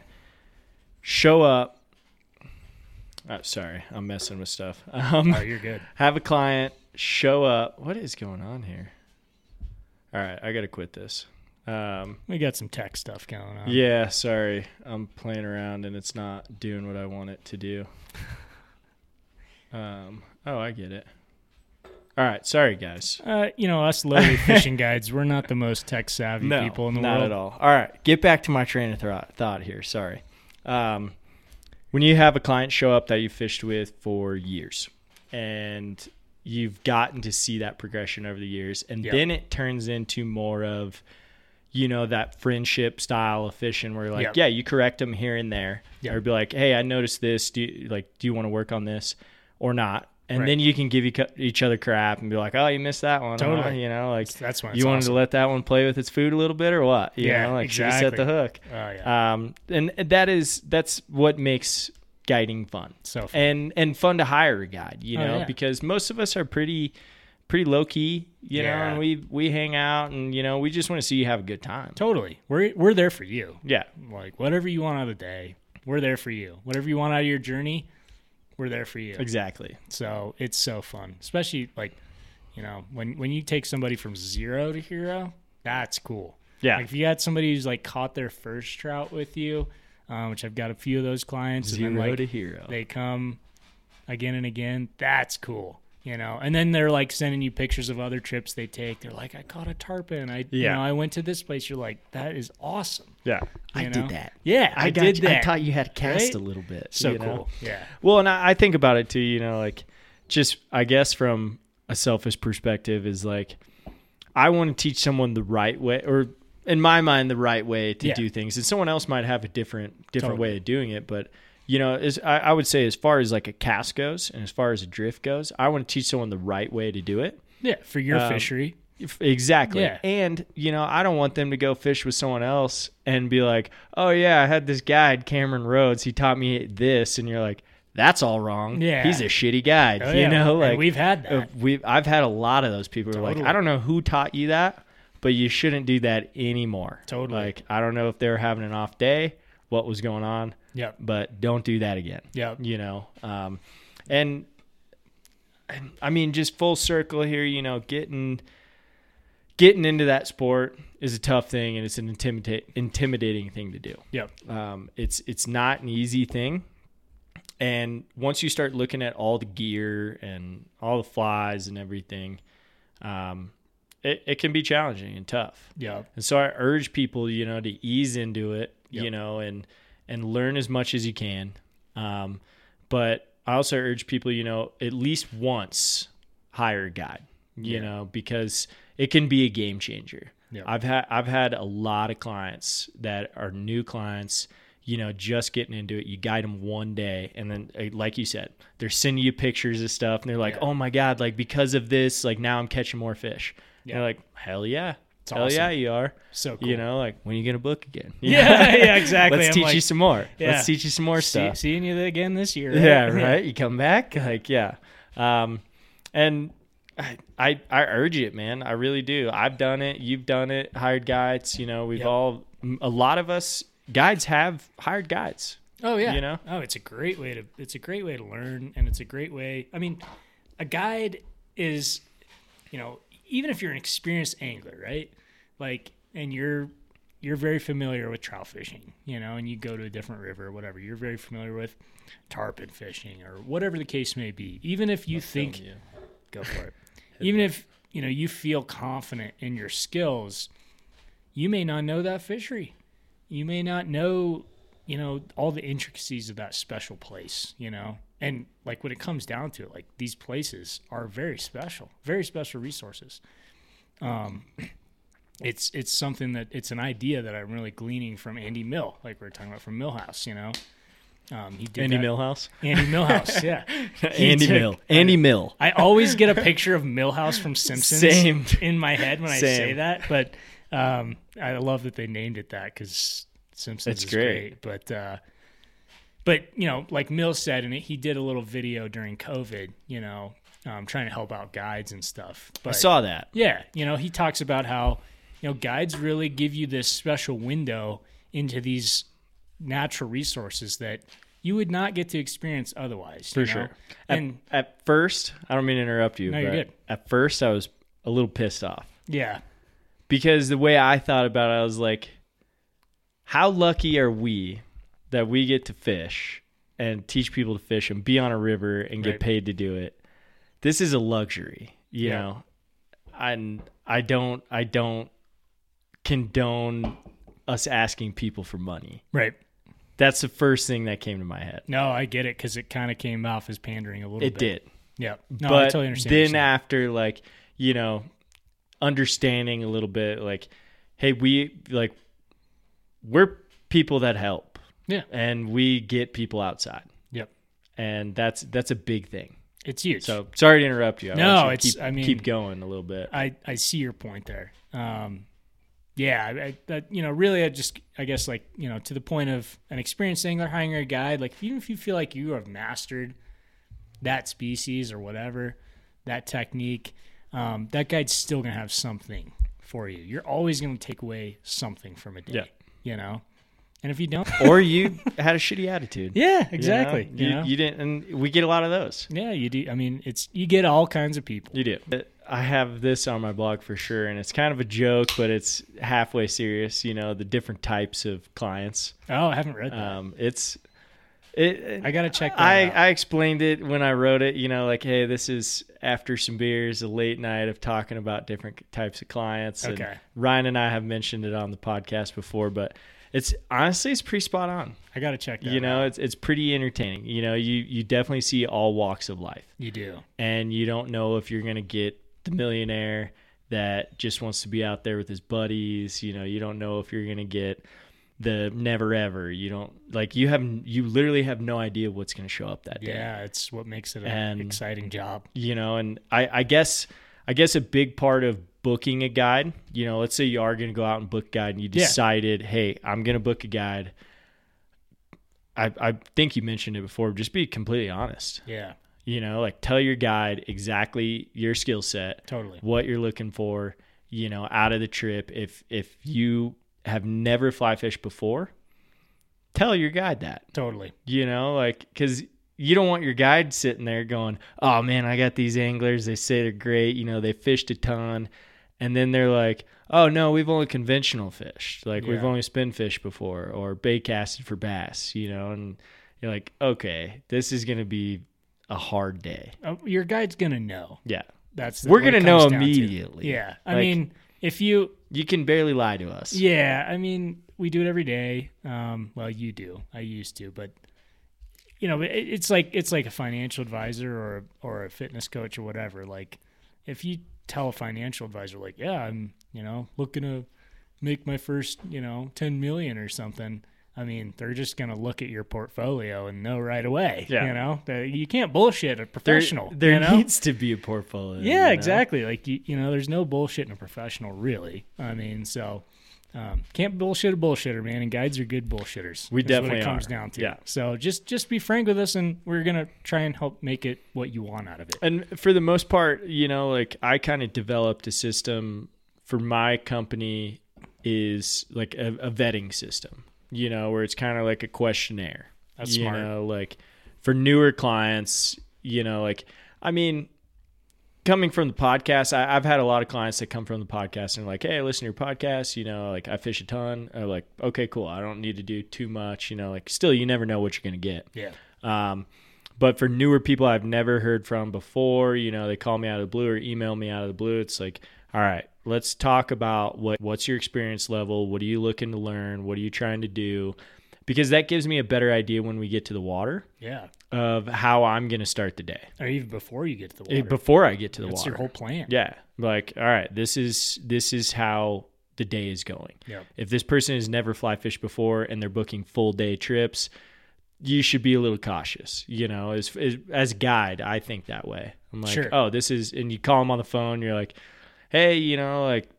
show up. Oh, sorry, I'm messing with stuff. Um,
Oh, you're good.
have a client show up. What is going on here? All right, I gotta quit this. Um,
We got some tech stuff going on.
yeah, sorry, I'm playing around and it's not doing what I want it to do. Um, oh, I get it. All right, sorry guys.
Uh, you know, us lowly fishing guides, we're not the most tech savvy
no,
people in the
not
world.
at all. All right, get back to my train of thought, thought here. Sorry. Um, when you have a client show up that you fished with for years, and you've gotten to see that progression over the years, and
Yeah.
then it turns into more of, you know, that friendship style of fishing where you're like,
Yeah.
yeah, you correct them here and there,
Yeah.
or be like, hey, I noticed this. Do you, like, do you want to work on this or not? And
Right.
then you can give you co- each other crap and be like, "Oh, you missed that one." huh?"
Totally.
You know, like
That's when it's
you wanted
awesome.
to let that one play with its food a little bit or what? You
Yeah,
know, like should we set
exactly.
the hook.
Oh, yeah.
Um, and that is that's what makes guiding fun.
So fun.
and and fun to hire a guide, you
Oh,
know,
yeah.
because most of us are pretty pretty low key, you know,
Yeah.
and we we hang out and you know we just want to see you have a good time.
totally. We're we're there for you.
Yeah,
Like whatever you want out of the day, we're there for you. Whatever you want out of your journey, we're there for you.
exactly.
So it's so fun, especially like, you know, when when you take somebody from zero to hero, that's cool.
Yeah.
Like if you had somebody who's like caught their first trout with you, um, which I've got a few of those clients.
Zero
and then, like,
to hero.
they come again and again. That's cool, you know. And then they're like sending you pictures of other trips they take. They're like, I caught a tarpon. I, you
Yeah.
know, I went to this place. You're like, that is awesome.
yeah,
you know?
Yeah,
I did that.
you had to
Right?
little bit.
So
you know?
cool. Yeah.
Well, and I, I think about it too, you know, like just I guess from a selfish perspective is like I want to teach someone the right way or in my mind the right way to
Yeah.
do things. And someone else might have a different different
Totally.
way of doing it, but you know, as I, I would say as far as like a cast goes and as far as a drift goes, I want to teach someone the right way to do it.
Yeah. For your
Um,
fishery.
If- Exactly.
Yeah.
And, you know, I don't want them to go fish with someone else and be like, oh, yeah, I had this guide, Cameron Rhodes. He taught me this. And you're like, that's all wrong.
Yeah.
He's a shitty guide.
Oh,
you
yeah.
know,
And
like,
we've had that.
uh, We've, I've had a lot of those people who are like,
Totally.
I don't know who taught you that, but you shouldn't do that anymore.
Totally.
Like, I don't know if they were having an off day, what was going on,
Yep.
but don't do that again
Yep.
you know um, and and, I mean, just full circle here, you know, getting getting into that sport is a tough thing, and it's an intimidate, intimidating thing to do.
Yep.
Um, it's it's not an easy thing, and once you start looking at all the gear and all the flies and everything, um, it, it can be challenging and tough.
Yep.
And so I urge people, you know, to ease into it, you
Yep.
know, and and learn as much as you can. Um, but I also urge people, you know, at least once hire a guide, you
Yeah.
know, because it can be a game changer.
Yep.
I've had I've had a lot of clients that are new clients, you know, just getting into it. You guide them one day, and then eh, like you said, they're sending you pictures of stuff, and they're like,
Yeah.
"Oh my god!" Like because of this, like now I'm catching more fish.
Yeah.
And they're like, "Hell yeah!"
It's
Hell
awesome.
yeah, you are.
So cool.
You know, like when are you gonna book again?
Yeah, yeah, exactly.
Let's
I'm
teach
like,
you some more.
yeah.
Let's teach you some more
See,
stuff.
seeing you again this year.
Yeah, right. You come back, like yeah. Um, and I, I I urge it, man. I really do. I've done it. You've done it. Hired guides. You know, we've
Yep.
all a lot of us guides have hired guides.
Oh yeah.
You know?
Oh, it's a great way to it's a great way to learn and it's a great way. I mean, a guide is you know, even if you're an experienced angler, right? Like and you're you're very familiar with trout fishing, you know, and you go to a different river or whatever. You're very familiar with tarpon fishing or whatever the case may be. Even if you think go for it. Even if you know you feel confident in your skills, you may not know that fishery. You may not know, you know, all the intricacies of that special place. You know, and like when it comes down to it, like these places are very special, very special resources. Um, it's it's something that it's an idea that I'm really gleaning from Andy Mill, like we are talking about from Millhouse. You know, um, he did
Andy
that-
Millhouse.
Andy Millhouse, yeah.
Andy
took-
Mill. Andy Mill.
I always get a picture of Millhouse from Simpsons
Same.
in my head when I say
Same.
that, but um, I love that they named it that because Simpsons
That's
is great. But uh, but you know, like Mill said, and he did a little video during COVID, you know, um, trying to help out guides and stuff. But
I saw that.
yeah, you know, he talks about how you know guides really give you this special window into these natural resources that you would not get to experience otherwise.
For
you know?
sure. At,
and
at first, I don't mean to interrupt you,
No,
but
you're good.
at first I was a little pissed off
yeah.
because the way I thought about it, I was like, how lucky are we that we get to fish and teach people to fish and be on a river and get
Right.
paid to do it? This is a luxury, you
Yeah.
know. And I don't I don't condone us asking people for money.
Right.
That's the first thing that came to my head.
No, I get it because it kind of came off as pandering a little
It
bit.
did.
Yeah. No,
but
I totally understand. what you're
then
saying.
after like you know understanding a little bit like hey we like we're people that help
yeah.
and we get people outside
Yep.
and that's that's a big thing
It's huge.
so sorry to interrupt you I
No,
want you to
it's-
keep,
I mean-
keep going a little bit
I, I see your point there. Um, yeah, I, I, that, you know, really, I just, I guess, like, you know, to the point of an experienced angler hiring a guide, like, even if you feel like you have mastered that species or whatever, that technique, um, that guide's still going to have something for you. You're always going to take away something from a day,
Yeah.
you know? And if you don't,
or you had a shitty attitude
yeah,
you know? you, you didn't and we get a lot of those
Yeah, you do. I mean, it's you get all kinds of people.
You do. I have this on my blog for sure, and it's kind of a joke, but it's halfway serious. You know, the different types of clients.
Oh, I haven't read that.
Um, it's. It,
I gotta check that
I,
out.
I explained it when I wrote it, you know, like, hey, this is after some beers, a late night of talking about different types of clients. and
Okay.
Ryan and I have mentioned it on the podcast before, but it's honestly, it's pretty spot on.
I gotta check that.
You
out.
know, it's, it's pretty entertaining. You know, you, you definitely see all walks of life
you do.
and you don't know if you're going to get the millionaire that just wants to be out there with his buddies you know you don't know if you're going to get the never ever you don't like you have you literally have no idea what's going to show up that day
Yeah, it's what makes it an
And-
exciting job.
you know and i i guess i guess a big part of booking a guide you know let's say you are going to go out and book a guide and you
Yeah.
decided hey i'm going to book a guide I, I think you mentioned it before. Just be completely honest.
Yeah,
You know, like tell your guide exactly your skill set,
totally.
what you're looking for, you know, out of the trip. If if you have never fly fished before, tell your guide that.
Totally.
You know, like cuz you don't want your guide sitting there going, "Oh man, I got these anglers. They say they're great. You know, they fished a ton," and then they're like, "Oh no, we've only conventional fished. Like we've
Yeah.
only spin fished before, or bait casted for bass. You know." And you're like, "Okay, this is gonna be a hard day."
Oh, your guide's gonna know.
Yeah,
That's
We're
what
gonna
it comes
know
down to.
immediately.
Yeah, I
Like-
mean, if you
you can barely lie to us.
Yeah, I mean, we do it every day. Um, well, you do. I used to, but you know, it, it's like it's like a financial advisor or or a fitness coach or whatever. Like, if you tell a financial advisor, like, yeah, I'm you know looking to make my first you know ten million or something. I mean, they're just gonna look at your portfolio and know right away.
Yeah.
You know, That- you can't bullshit a
There,
professional.
there
you know?
needs to be a portfolio.
Yeah,
you know?
exactly. Like you, you know, there's no bullshit in a professional, really. I mean, so um, can't bullshit a bullshitter, man. And guides are good bullshitters.
We
is
definitely
what it comes
are.
down to.
Yeah.
So just just be frank with us, and we're gonna try and help make it what you want out of it.
and for the most part, you know, like I kind of developed a system for my company is like a, a vetting system, you know, where it's kind of like a questionnaire.
That's
you
smart.
know, like for newer clients, you know, like I mean, coming from the podcast, I, I've had a lot of clients that come from the podcast and are like, hey, I listen to your podcast. You know, like I fish a ton. Or like, okay, cool. I don't need to do too much. You know, like still, you never know what you're going to get.
Yeah.
Um, but for newer people I've never heard from before, you know, they call me out of the blue or email me out of the blue. It's like, all right, let's talk about what what's your experience level? What are you looking to learn? What are you trying to do? Because that gives me a better idea when we get to the water
Yeah.
of how I'm going to start the day
Or even before you get to the
Eh,
water.
before I get to the
That's
water.
your whole plan.
Yeah. Like, all right, this is this is how the day is going.
Yep.
If this person has never fly fished before and they're booking full day trips, you should be a little cautious. You know, as as, as a guide, I think that way. I'm like,
Sure.
oh, this is, and you call them on the phone. You're like, hey, you know, like,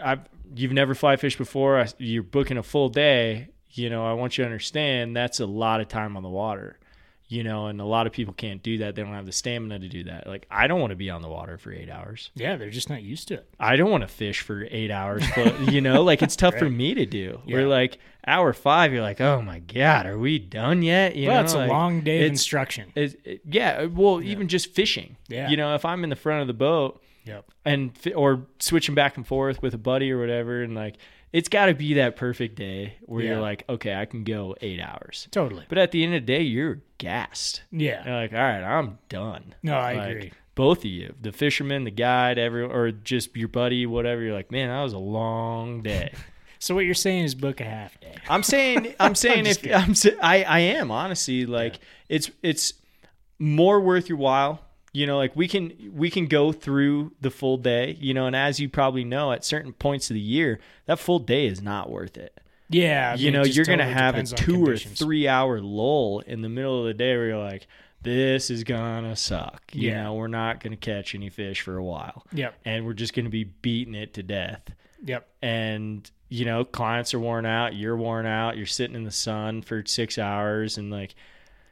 I've you've never fly fished before. I, you're booking a full day. You know, I want you to understand that's a lot of time on the water. You know, and a lot of people can't do that. They don't have the stamina to do that. Like, I don't want to be on the water for eight hours.
Yeah, they're just not used to it.
I don't want to fish for eight hours. But, you know, like it's tough for me to do.
Yeah.
We're like hour five. You're like, oh my god, are we done yet? You
well,
know,
it's a
like,
long day of
it's-
instruction.
It, it- yeah, well, even just fishing.
Yeah.
You know, if I'm in the front of the boat
Yep.
and fi- or switching back and forth with a buddy or whatever, and like it's got to be that perfect day where
Yeah.
you're like, okay, I can go eight hours.
Totally.
But at the end of the day, you're gassed.
Yeah.
You're like, all right, I'm done.
No, I
Like,
agree.
Both of you, the fisherman, the guide, every or just your buddy, whatever. You're like, man, that was a long day.
So what you're saying is book a half day.
I'm saying, I'm saying,
I'm just
if
kidding.
I'm, sa- I, I am honestly like it's it's more worth your while. You know, like we can we can go through the full day. You know, and as you probably know, at certain points of the year, that full day is not worth it
Yeah. I
you
mean, it
know,
just
you're going
totally
to have a
depends on
two or
conditions.
three hour lull in the middle of the day where you're like, this is going to suck. You
Yeah.
know, we're not going to catch any fish for a while.
Yep.
And we're just going to be beating it to death.
Yep.
And, you know, clients are worn out. You're worn out. You're sitting in the sun for six hours and like,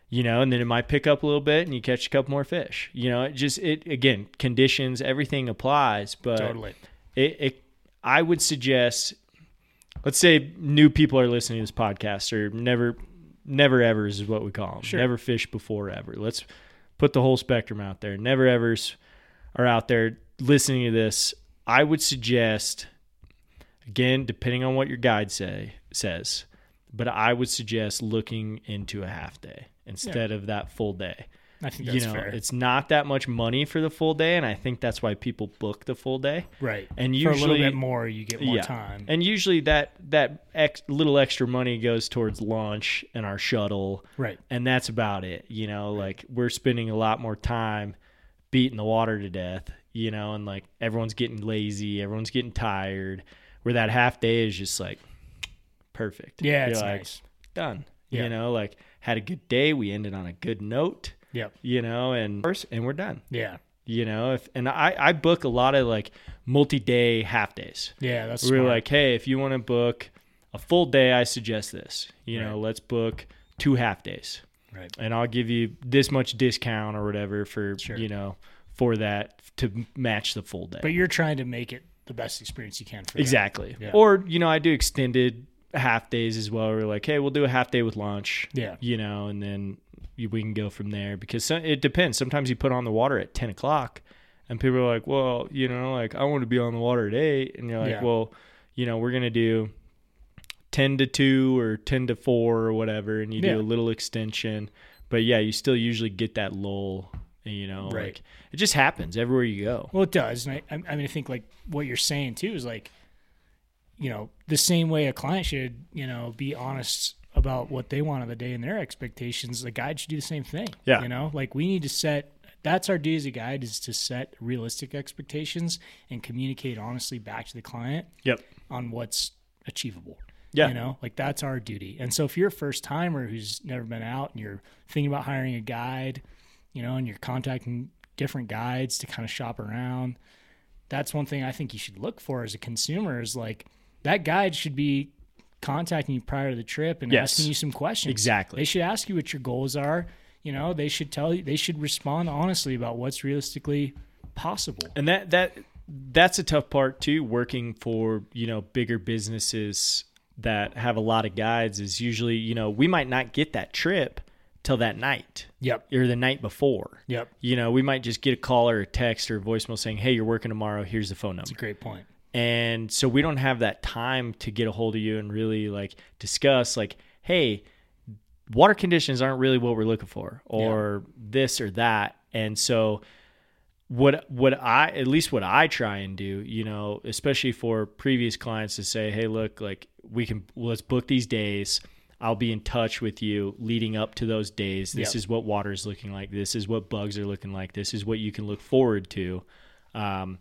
you know, and then it might pick up a little bit and you catch a couple more fish. You know, it just, it again, conditions, everything applies, but
Totally.
it, it I would suggest let's say new people are listening to this podcast or never never evers is what we call them. Never fish before ever. Let's put the whole spectrum out there. Never evers are out there listening to this. I would suggest again depending on what your guide say says, but I would suggest looking into a half day instead of that full day
I think that's
you know,
fair.
it's not that much money for the full day, and I think that's why people book the full day.
Right.
And
for a little
usually-
bit more, you get more time.
And usually that that ex, little extra money goes towards launch and our shuttle,
right.
and that's about it. You know, like we're spending a lot more time beating the water to death. You know, and like everyone's getting lazy, everyone's getting tired. Where that half day is just like perfect.
Yeah,
You're
it's
like,
nice.
done.
Yeah.
You know, like had a good day. We ended on a good note.
Yep.
You know, and and we're done
Yeah.
you know if and i i book a lot of like multi-day half days
Yeah. That's
we're
smart.
like hey if you want to book a full day i suggest this you know let's book two half days
right.
and i'll give you this much discount or whatever for
Sure.
you know for that to match the full day
But you're trying to make it the best experience you can for them.
exactly
Yeah.
or you know i do extended half days as well we're like hey we'll do a half day with lunch
Yeah.
you know and then you- we can go from there because so, it depends. Sometimes you put on the water at ten o'clock, and people are like, "Well, you know, like I want to be on the water at 8. and you're like,
Yeah.
"Well, you know, we're gonna do ten to two or ten to four or whatever," and you
Yeah.
do a little extension. But yeah, you still usually get that lull. You know,
Right.
like it just happens everywhere you go.
Well, it does, and I, I mean, I think like what you're saying too is like, you know, the same way a client should, you know, be honest about what they want of the day and their expectations. The guide should do the same thing.
Yeah.
you know, like we need to set. That's our duty as a guide is to set realistic expectations and communicate honestly back to the client
Yep.
on what's achievable.
Yeah.
You know, like that's our duty. And so if you're a first timer who's never been out and you're thinking about hiring a guide, you know, and you're contacting different guides to kind of shop around, that's one thing I think you should look for as a consumer is like that guide should be contacting you prior to the trip and
Yes.
asking you some questions.
Exactly.
They should ask you what your goals are. You know, they should tell you, they should respond honestly about what's realistically possible.
and that that that's a tough part too working for you know bigger businesses that have a lot of guides is usually you know we might not get that trip till that night
Yep.
or the night before
Yep.
you know we might just get a call or a text or a voicemail saying hey you're working tomorrow here's the phone number
It's a great point.
and so we don't have that time to get a hold of you and really like discuss like hey water conditions aren't really what we're looking for or this or that and so what what I at least what I try and do, you know, especially for previous clients to say, "Hey, look, like we can let's book these days. I'll be in touch with you leading up to those days. This
Yep.
is what water is looking like. This is what bugs are looking like. This is what you can look forward to." Um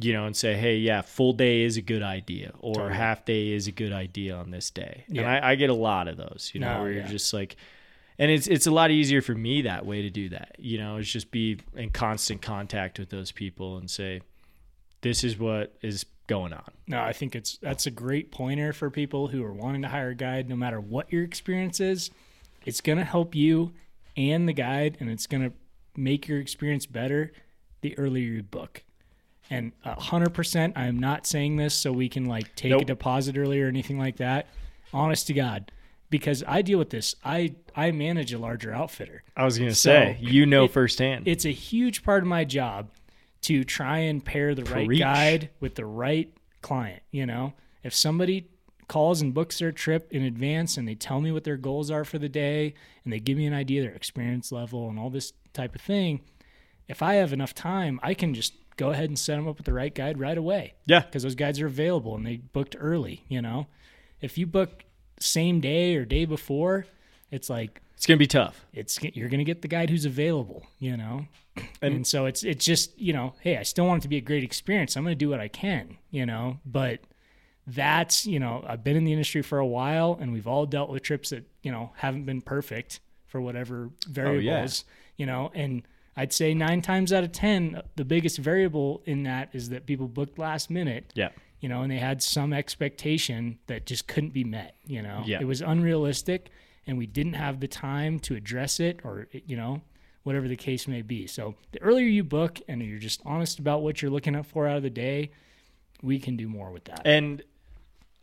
you know, and say, hey, yeah, full day is a good idea, or half day is a good idea on this day. And
Yeah.
I, I get a lot of those, you know,
No,
where you're
yeah.
just like, and it's it's a lot easier for me that way to do that. You know, is just be in constant contact with those people and say, this is what is going on.
No, I think it's that's a great pointer for people who are wanting to hire a guide. No matter what your experience is, it's going to help you and the guide, and it's going to make your experience better the earlier you book. And a hundred percent, I am not saying this so we can like take a
Nope.
deposit early or anything like that. Honest to God, because I deal with this. I I manage a larger outfitter.
I was gonna
say,
say, you know
it-
firsthand.
It's a huge part of my job to try and pair the right
Preach.
guide with the right client. You know, if somebody calls and books their trip in advance and they tell me what their goals are for the day and they give me an idea of their experience level and all this type of thing, if I have enough time, I can just go ahead and set them up with the right guide right away
yeah,
because those guides are available and they booked early. You know, if you book same day or day before, it's like
it's gonna be tough.
it's you're going to get the guide who's available, you know. And, so it's it's just, you know, hey, I still want it to be a great experience. I'm going to do what I can, you know, but that's, you know, I've been in the industry for a while and we've all dealt with trips that, you know, haven't been perfect for whatever variables, you know, and I'd say 9 times out of 10 the biggest variable in that is that people booked last minute
Yeah,
you know, and they had some expectation that just couldn't be met, you know.
Yeah.
It was unrealistic and we didn't have the time to address it or you know, whatever the case may be. So the earlier you book and you're just honest about what you're looking up for out of the day, we can do more with that.
and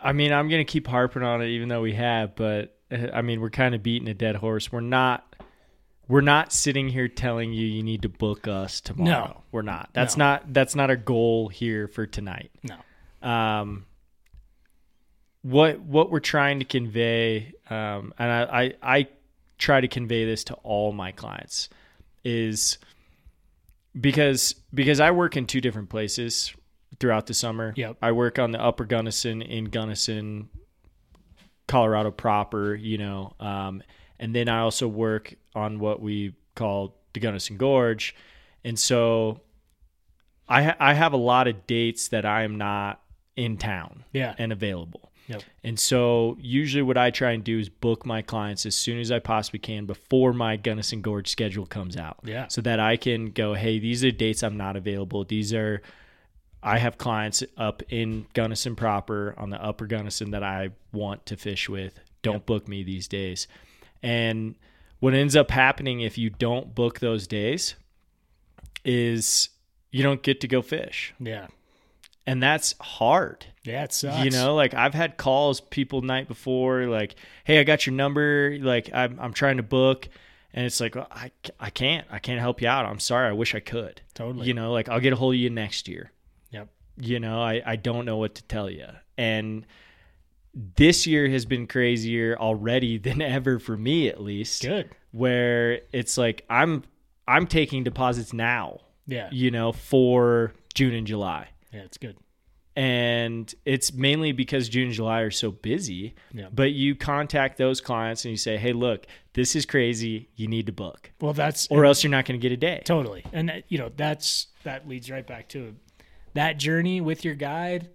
I mean, I'm gonna keep harping on it, even though we have, but uh, I mean, we're kind of beating a dead horse. We're not. We're not sitting here telling you you need to book us tomorrow.
No.
we're not. That's
No.
not that's not our goal here for tonight.
No.
um, what what we're trying to convey, um, and I, I I try to convey this to all my clients is because because I work in two different places throughout the summer.
Yep.
I work on the Upper Gunnison in Gunnison, Colorado proper, you know, um, and then I also work on what we call the Gunnison Gorge, and so I ha- I have a lot of dates that I am not in town
Yeah.
and available.
Yep.
And so usually what I try and do is book my clients as soon as I possibly can before my Gunnison Gorge schedule comes out.
Yeah.
So that I can go, hey, these are dates I'm not available. These are I have clients up in Gunnison proper on the upper Gunnison that I want to fish with. Don't book me these days. And what ends up happening if you don't book those days is you don't get to go fish.
Yeah.
And that's hard.
Yeah, it sucks.
You know, like I've had calls people night before, like, "Hey, I got your number. Like, I'm I'm trying to book," And it's like, well, I, c- I can't, I can't help you out. I'm sorry. I wish I could.
Totally.
You know, like I'll get a hold of you next year.
Yep.
You know, I, I don't know what to tell you. And this year has been crazier already than ever for me, at least.
Good.
Where it's like, I'm, I'm taking deposits now,
Yeah.
you know, for June and July
Yeah, it's good.
and it's mainly because June and July are so busy.
Yeah.
But you contact those clients and you say, "Hey, look, this is crazy. You need to book,
Well, that's
or else you're not going to get a day."
Totally. And that, you know, that's that leads right back to that journey with your guide.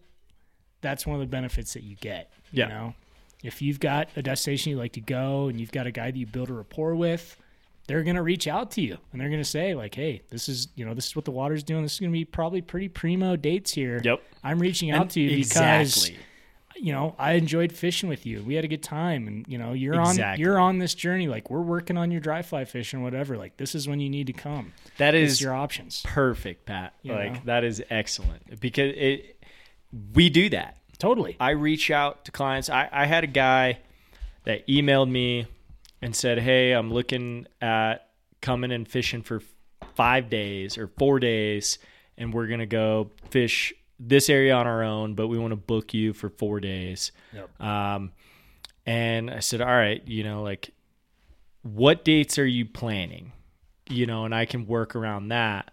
That's one of the benefits that you get.
Yeah.
You know, if you've got a destination you like to go and you've got a guy that you build a rapport with, they're going to reach out to you and they're going to say like, "Hey, this is, you know, this is what the water's doing. This is going to be probably pretty primo dates here."
Yep.
I'm reaching out to you because
exactly.
you know, I enjoyed fishing with you. We had a good time, and you know, you're on
Exactly.
you're on this journey. Like we're working on your dry fly fishing, whatever. Like this is when you need to come.
that
This is
is
your options.
perfect, Pat.
You
like
know?
that is excellent because it we do that.
Totally.
I reach out to clients. I, I had a guy that emailed me and said, Hey, I'm looking at coming and fishing for five days or four days, and we're going to go fish this area on our own, but we want to book you for four days.
Yep.
Um, and I said, All right, you know, like, what dates are you planning? You know, and I can work around that.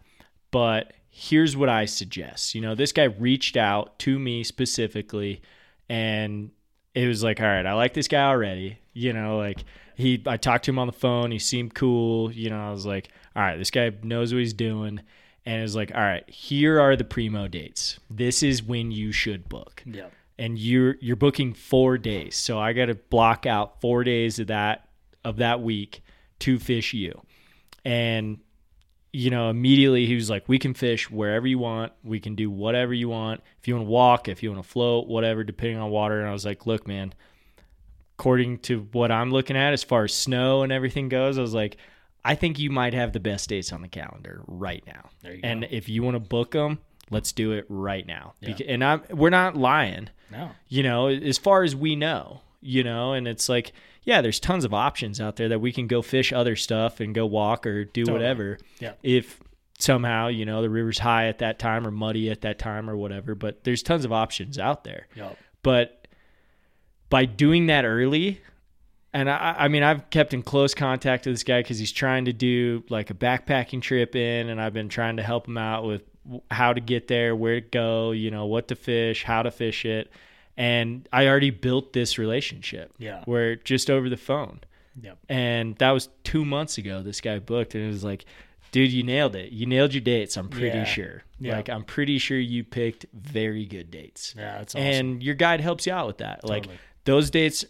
But here's what I suggest. You know, this guy reached out to me specifically and it was like, all right, I like this guy already. You know, like he I talked to him on the phone, he seemed cool. You know, I was like, all right, this guy knows what he's doing. And it was like, all right, here are the primo dates. This is when you should book
Yeah.
and you're you're booking four days. So I got to block out four days of that of that week to fish you. And you know, immediately he was like, "We can fish wherever you want. We can do whatever you want. If you want to walk, if you want to float, whatever, depending on water." And I was like, "Look, man, according to what I'm looking at as far as snow and everything goes, I was like, I think you might have the best dates on the calendar right now.
There you
and if you want to book them, let's do it right now. Beca- and I'm we're not lying
No.
you know, as far as we know, you know, and it's like, yeah, there's tons of options out there that we can go fish other stuff and go walk or do whatever.
Yeah.
If somehow, you know, the river's high at that time or muddy at that time or whatever, but there's tons of options out there.
Yep.
But by doing that early, and I, I mean, I've kept in close contact with this guy because he's trying to do like a backpacking trip in, and I've been trying to help him out with w- how to get there, where to go, you know, what to fish, how to fish it. And I already built this relationship
Yeah.
where just over the phone.
Yep.
And that was two months ago, this guy booked, and it was like, dude, you nailed it. You nailed your dates, I'm pretty
Yeah.
sure.
Yeah.
Like, I'm pretty sure you picked very good dates
Yeah, that's awesome.
and your guide helps you out with that. Like
Totally.
those dates,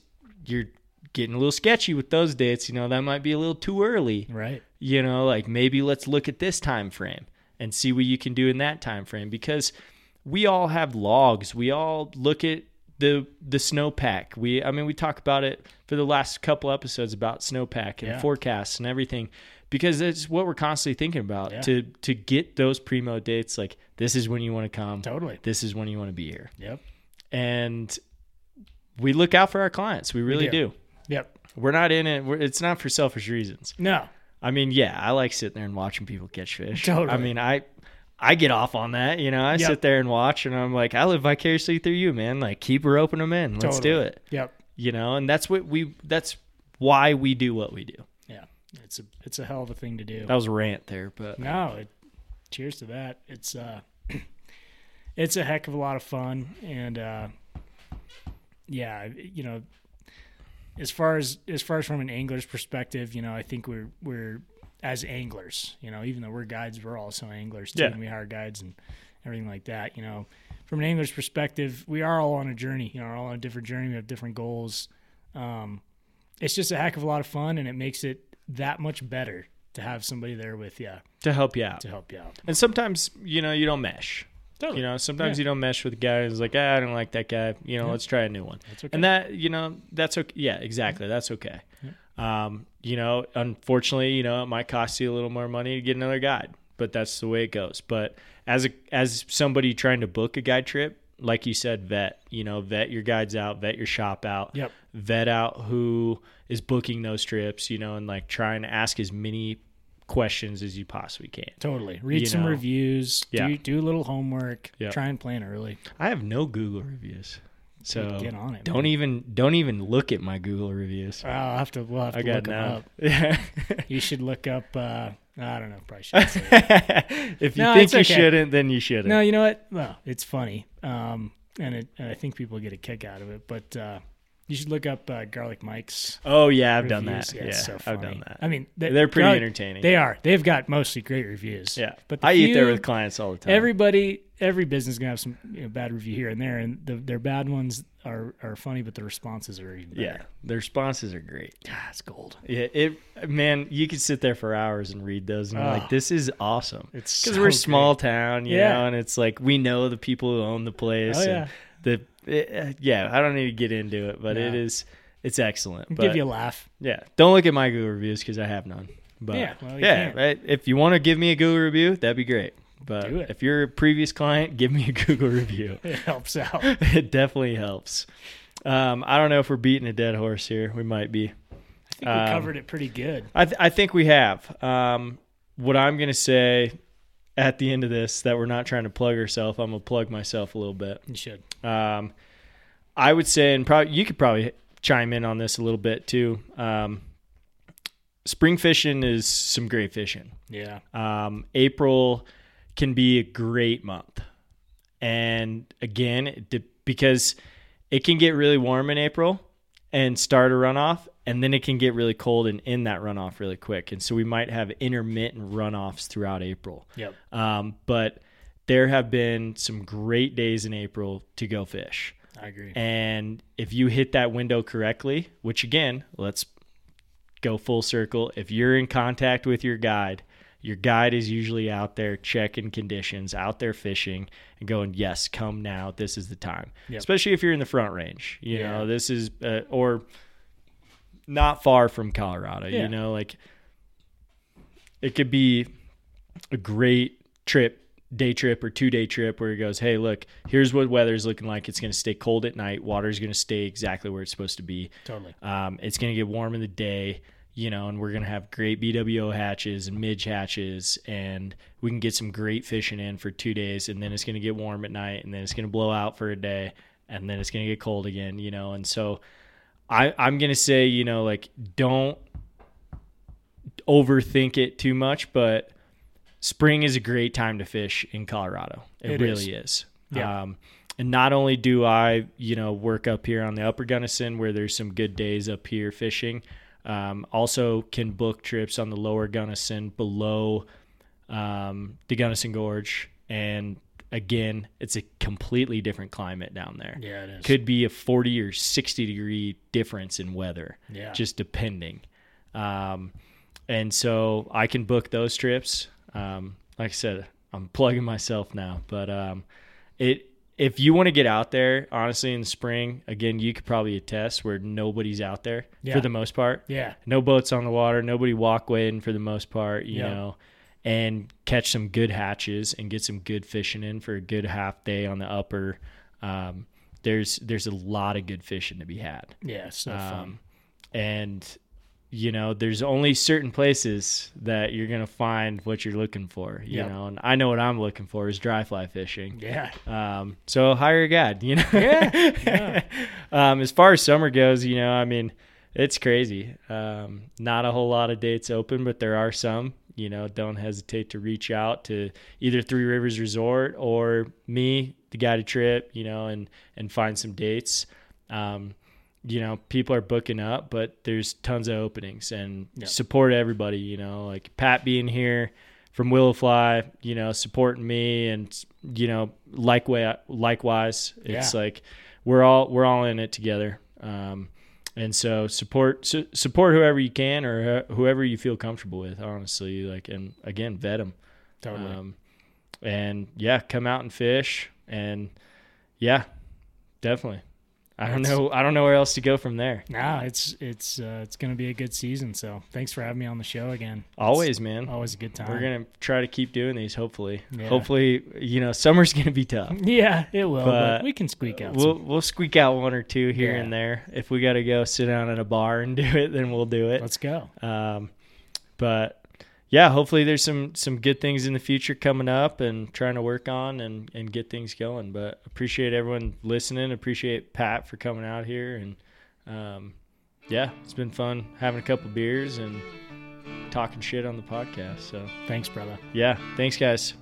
you're getting a little sketchy with those dates. You know, that might be a little too early.
right.
You know, like maybe let's look at this time frame and see what you can do in that time frame because we all have logs. We all look at the the snowpack. We I mean we talk about it for the last couple episodes about snowpack and
Yeah.
forecasts and everything because it's what we're constantly thinking about
Yeah.
to to get those primo dates like this is when you want to come.
Totally.
This is when you want to be here
Yep.
and we look out for our clients. We really
do.
do.
Yep.
We're not in it. We're, it's not for selfish reasons.
No.
I mean, yeah, I like sitting there and watching people catch fish.
Totally.
I mean, I I get off on that. You know, I
Yep.
sit there and watch, and I'm like, I live vicariously through you, man. Like, keep her open them in. Let's do
Totally.
it.
Yep.
You know, and that's what we. That's why we do what we do.
Yeah. It's a it's a hell of a thing to do.
That was a rant there, but
No, it, cheers to that. It's uh it's a heck of a lot of fun and uh yeah, you know as far as as far as from an angler's perspective, you know, I think we're we're as anglers, you know, even though we're guides, we're also anglers too
Yeah.
and we hire guides and everything like that, you know. From an angler's perspective, we are all on a journey, you know, we're all on a different journey, we have different goals. Um it's just a heck of a lot of fun and it makes it that much better to have somebody there with you
to help you out.
to help you out.
And sometimes, you know, you don't mesh. You know, sometimes
Yeah.
you don't mesh with a guy who's like, ah, I don't like that guy. You know, let's try a new one.
That's okay.
And that, you know, that's okay. Yeah, exactly. That's okay. Um, you know, unfortunately, you know, it might cost you a little more money to get another guide, but that's the way it goes. But as a as somebody trying to book a guide trip, like you said, vet. You know, vet your guides out, vet your shop out,
Yep.
vet out who is booking those trips. You know, and like trying to ask as many questions as you possibly can.
Totally. Read
You
some
know.
reviews.
Yeah.
Do do a little homework.
Yeah.
Try and plan early.
I have no Google reviews, so
Get on it,
Don't
man.
even don't even look at my Google reviews.
I'll have to. We'll have to
I got
look 'em
none.
up.
Yeah.
You should look up. Uh, I don't know. Probably should. say it.
if you
No,
think
it's
you
okay.
shouldn't, then you shouldn't.
no, you know what? No, it's funny. Um, and, it, and I think people get a kick out of it. But uh, you should look up uh, Garlic Mike's.
oh yeah, I've done
reviews.
that.
it's
Yeah,
so
I've
funny.
done that.
I mean,
They're pretty
Garlic-
entertaining.
They are. They've got mostly great reviews.
yeah,
but the
I eat there
few-
with clients all the time.
Everybody, every business is gonna have some you know, bad review here and there, and the, their bad ones are are funny, but the responses are even better.
yeah, their responses are great.
Ah, it's gold.
Yeah, it man, you could sit there for hours and read those, and you're
Oh.
like, this is awesome.
It's
because
so
we're a
great.
small town, you
Yeah.
know, and it's like we know the people who own the place.
Oh,
and
yeah.
The it, yeah, I don't need to get into it, but it
No.
is it's excellent. But
Give you a laugh.
yeah, don't look at my Google reviews because I have none. But
Yeah,
yeah,
well, you
yeah
can't.
right, if you want to give me a Google review, that'd be great. But
Do it.
if you're a previous client, give me a Google review.
It helps out.
it definitely helps. Um, I don't know if we're beating a dead horse here. We might be.
think we covered it pretty good.
I, th- I think we have. Um, what I'm going to say at the end of this that we're not trying to plug ourselves. I'm going to plug myself a little bit.
You should.
Um, I would say, and probably you could probably chime in on this a little bit too. Um, spring fishing is some great fishing.
Yeah.
Um, April can be a great month, and again, it de- because it can get really warm in April and start a runoff, and then it can get really cold and end that runoff really quick. And so we might have intermittent runoffs throughout April.
Yep.
Um, but there have been some great days in April to go fish.
I agree.
And if you hit that window correctly, which again, let's go full circle. If you're in contact with your guide, your guide is usually out there checking conditions, out there fishing and going, yes, come now. This is the time.
Yep.
Especially if you're in the front range. You
Yeah.
know, this is, uh, or not far from Colorado,
Yeah.
you know, like it could be a great trip, day trip or two day trip where it goes, hey, look, here's what weather's looking like. It's going to stay cold at night. Water's going to stay exactly where it's supposed to be.
Totally.
Um, it's going to get warm in the day, you know, and we're going to have great BWO hatches and midge hatches, and we can get some great fishing in for two days, and then it's going to get warm at night, and then it's going to blow out for a day, and then it's going to get cold again, you know, and so. I, I'm gonna say, you know, like don't overthink it too much, but spring is a great time to fish in Colorado. It,
It
really is.
Yeah.
Um, and not only do I, you know, work up here on the Upper Gunnison where there's some good days up here fishing, um, also can book trips on the Lower Gunnison below um, the Gunnison Gorge. And again, it's a completely different climate down there
Yeah, it is.
could be a 40 or 60 degree difference in weather
Yeah.
just depending um, and so i can book those trips um, like i said i'm plugging myself now but um, it if you want to get out there honestly in the spring again you could probably attest where nobody's out there
Yeah.
for the most part
yeah.
no boats on the water, nobody walkwaying for the most part, you
Yeah.
know, and catch some good hatches and get some good fishing in for a good half day on the upper. Um, there's there's a lot of good fishing to be had,
Yeah. it's So fun.
um, and you know there's only certain places that you're gonna find what you're looking for, you
Yep.
know. And I know what I'm looking for is dry fly fishing.
Yeah.
Um, so hire a guide, you know. Yeah. um, as far as summer goes, you know, I mean, it's crazy. Um, not a whole lot of dates open, but there are some. You know, don't hesitate to reach out to either Three Rivers Resort or me, the guided trip. You know, and and find some dates. Um, you know, people are booking up, but there's tons of openings and support everybody, you know, like Pat being here from Willow Fly, you know, supporting me and you know, likewise likewise. It's
Yeah.
like we're all we're all in it together. Um and so support su- support whoever you can or wh- whoever you feel comfortable with, honestly, like and again, vet them.
Totally.
Um, and yeah, come out and fish. And yeah, definitely. I don't know. I don't know where else to go from there.
Nah, it's it's uh, it's gonna be a good season. So thanks for having me on the show again.
Always, man.
Always a good time.
We're gonna try to keep doing these. Hopefully,
Oh, Yeah.
hopefully, you know, summer's gonna be tough.
Yeah, it will. But,
But
we can squeak out.
We'll
some.
we'll squeak out one or two here
Yeah.
and there. If we gotta go sit down at a bar and do it, then we'll do it.
Let's go.
Um, but yeah, hopefully there's some some good things in the future coming up and trying to work on and and get things going. But appreciate everyone listening. Appreciate Pat for coming out here and um, yeah, it's been fun having a couple beers and talking shit on the podcast. So
Thanks, brother.
yeah, thanks guys.